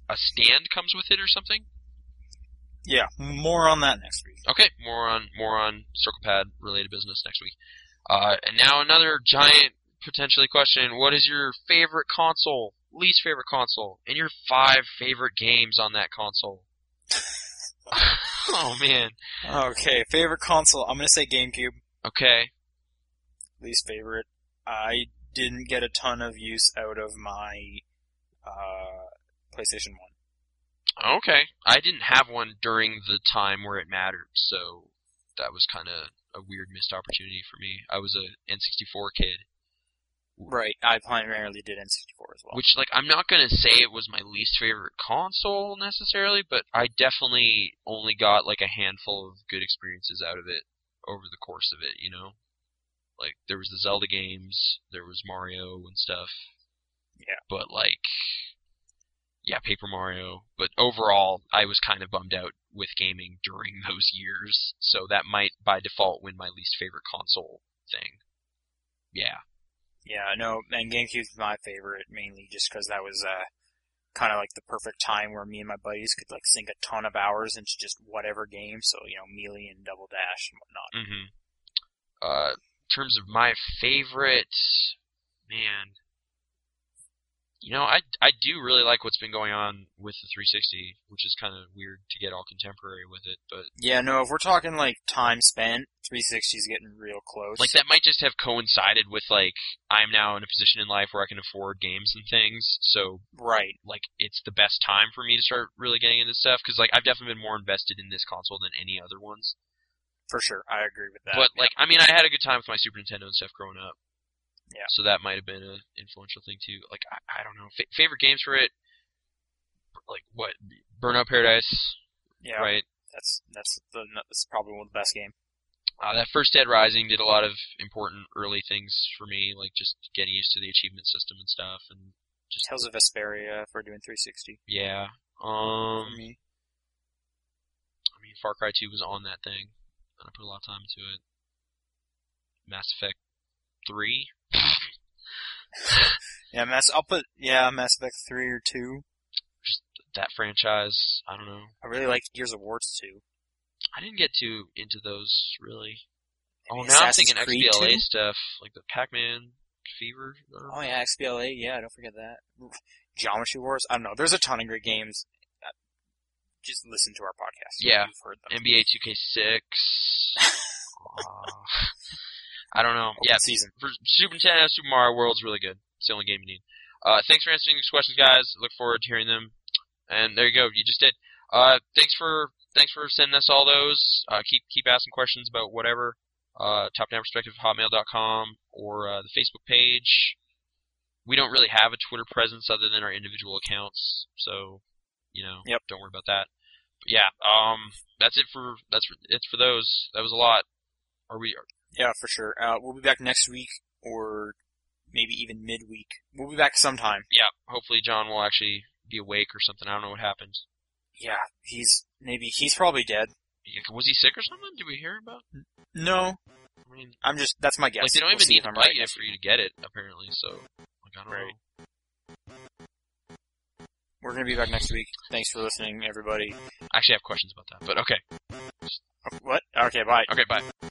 B: a stand comes with it or something.
A: Yeah, more on that next week.
B: Okay, more on more on Circle Pad related business next week. Uh, and now another giant potentially question: What is your favorite console? Least favorite console, and your five favorite games on that console. [LAUGHS] oh man.
A: Okay, favorite console. I'm gonna say GameCube.
B: Okay.
A: Least favorite. I didn't get a ton of use out of my uh, PlayStation One.
B: Okay. I didn't have one during the time where it mattered, so that was kind of a weird missed opportunity for me. I was a N64 kid,
A: Right. I primarily did N64 as well.
B: which like I'm not going to say it was my least favorite console necessarily, but I definitely only got like a handful of good experiences out of it over the course of it, you know? Like there was the Zelda games, there was Mario and stuff.
A: Yeah.
B: But like yeah, Paper Mario, but overall I was kind of bummed out [LAUGHS] with gaming during those years, so that might by default win my least favorite console thing. Yeah.
A: Yeah, no, and GameCube's my favorite mainly just because that was uh, kind of like the perfect time where me and my buddies could like sink a ton of hours into just whatever game. So you know, Melee and Double Dash and whatnot.
B: Mm-hmm. Uh, in terms of my favorite, man, you know, I I do really like what's been going on with the 360, which is kind of weird to get all contemporary with it, but
A: Yeah, no, if we're talking like time spent, 360's getting real close.
B: like that might just have coincided with like I'm now in a position in life where I can afford games and things, so
A: right?
B: like it's the best time for me to start really getting into stuff because like I've definitely been more invested in this console than any other ones.
A: For sure, I agree with that.
B: But like I mean, I had a good time with my Super Nintendo and stuff growing up.
A: Yeah.
B: So that might have been a influential thing too. Like I, I don't know Fa- favorite games for it. Like what? Burnout Paradise,
A: yeah,
B: right?
A: that's that's the that's probably one of the best game.
B: Uh, that first Dead Rising did a lot of important early things for me, like just getting used to the achievement system and stuff, and
A: Tales of Vesperia for doing 360.
B: yeah. Um,
A: for me,
B: I mean, Far Cry 2 was on that thing, and I put a lot of time into it. Mass Effect 3?
A: yeah, Mass. I'll put yeah, Mass Effect three or two.
B: That franchise, I don't know.
A: I really like Gears of War's two.
B: I didn't get too into those, really. Oh,
A: Maybe
B: now I'm
A: Assassin's
B: thinking
A: Creed
B: XBLA
A: 2?
B: stuff, like the Pac Man Fever. I don't know.
A: Oh yeah, XBLA. Yeah, don't forget that. Geometry Wars. I don't know. There's a ton of great games. Uh, Just listen to our podcast.
B: Yeah.
A: you've heard them.
B: NBA 2K6.
A: [LAUGHS]
B: uh, I don't know.
A: Open
B: Yeah,
A: season.
B: for Super Nintendo, Super Mario World's really good. It's the only game you need. Uh, thanks for answering these questions, guys. Look forward to hearing them. And there you go. You just did. Uh, thanks for thanks for sending us all those. Uh, keep keep asking questions about whatever. Uh, topdownperspectivehotmail.com or uh, the Facebook page. We don't really have a Twitter presence other than our individual accounts, so you know,
A: Yep.
B: don't worry about that. But yeah, um, that's it for that's for, it's for those. That was a lot. Are we
A: Yeah, for sure. Uh, we'll be back next week or maybe even midweek. We'll be back sometime.
B: yeah, hopefully John will actually be awake or something. I don't know what happened.
A: Yeah, he's maybe he's probably dead.
B: Yeah, Was he sick or something? Did we hear about?
A: No,
B: I mean,
A: I'm just that's my guess.
B: like they don't
A: We'll
B: even
A: see
B: need
A: if
B: to
A: I'm
B: bite
A: right.
B: you for you to get it, apparently. So, like, I don't
A: Right.
B: know.
A: We're gonna be back next week. Thanks for listening, everybody.
B: I actually have questions about that, but okay,
A: What? Okay, bye.
B: okay, bye.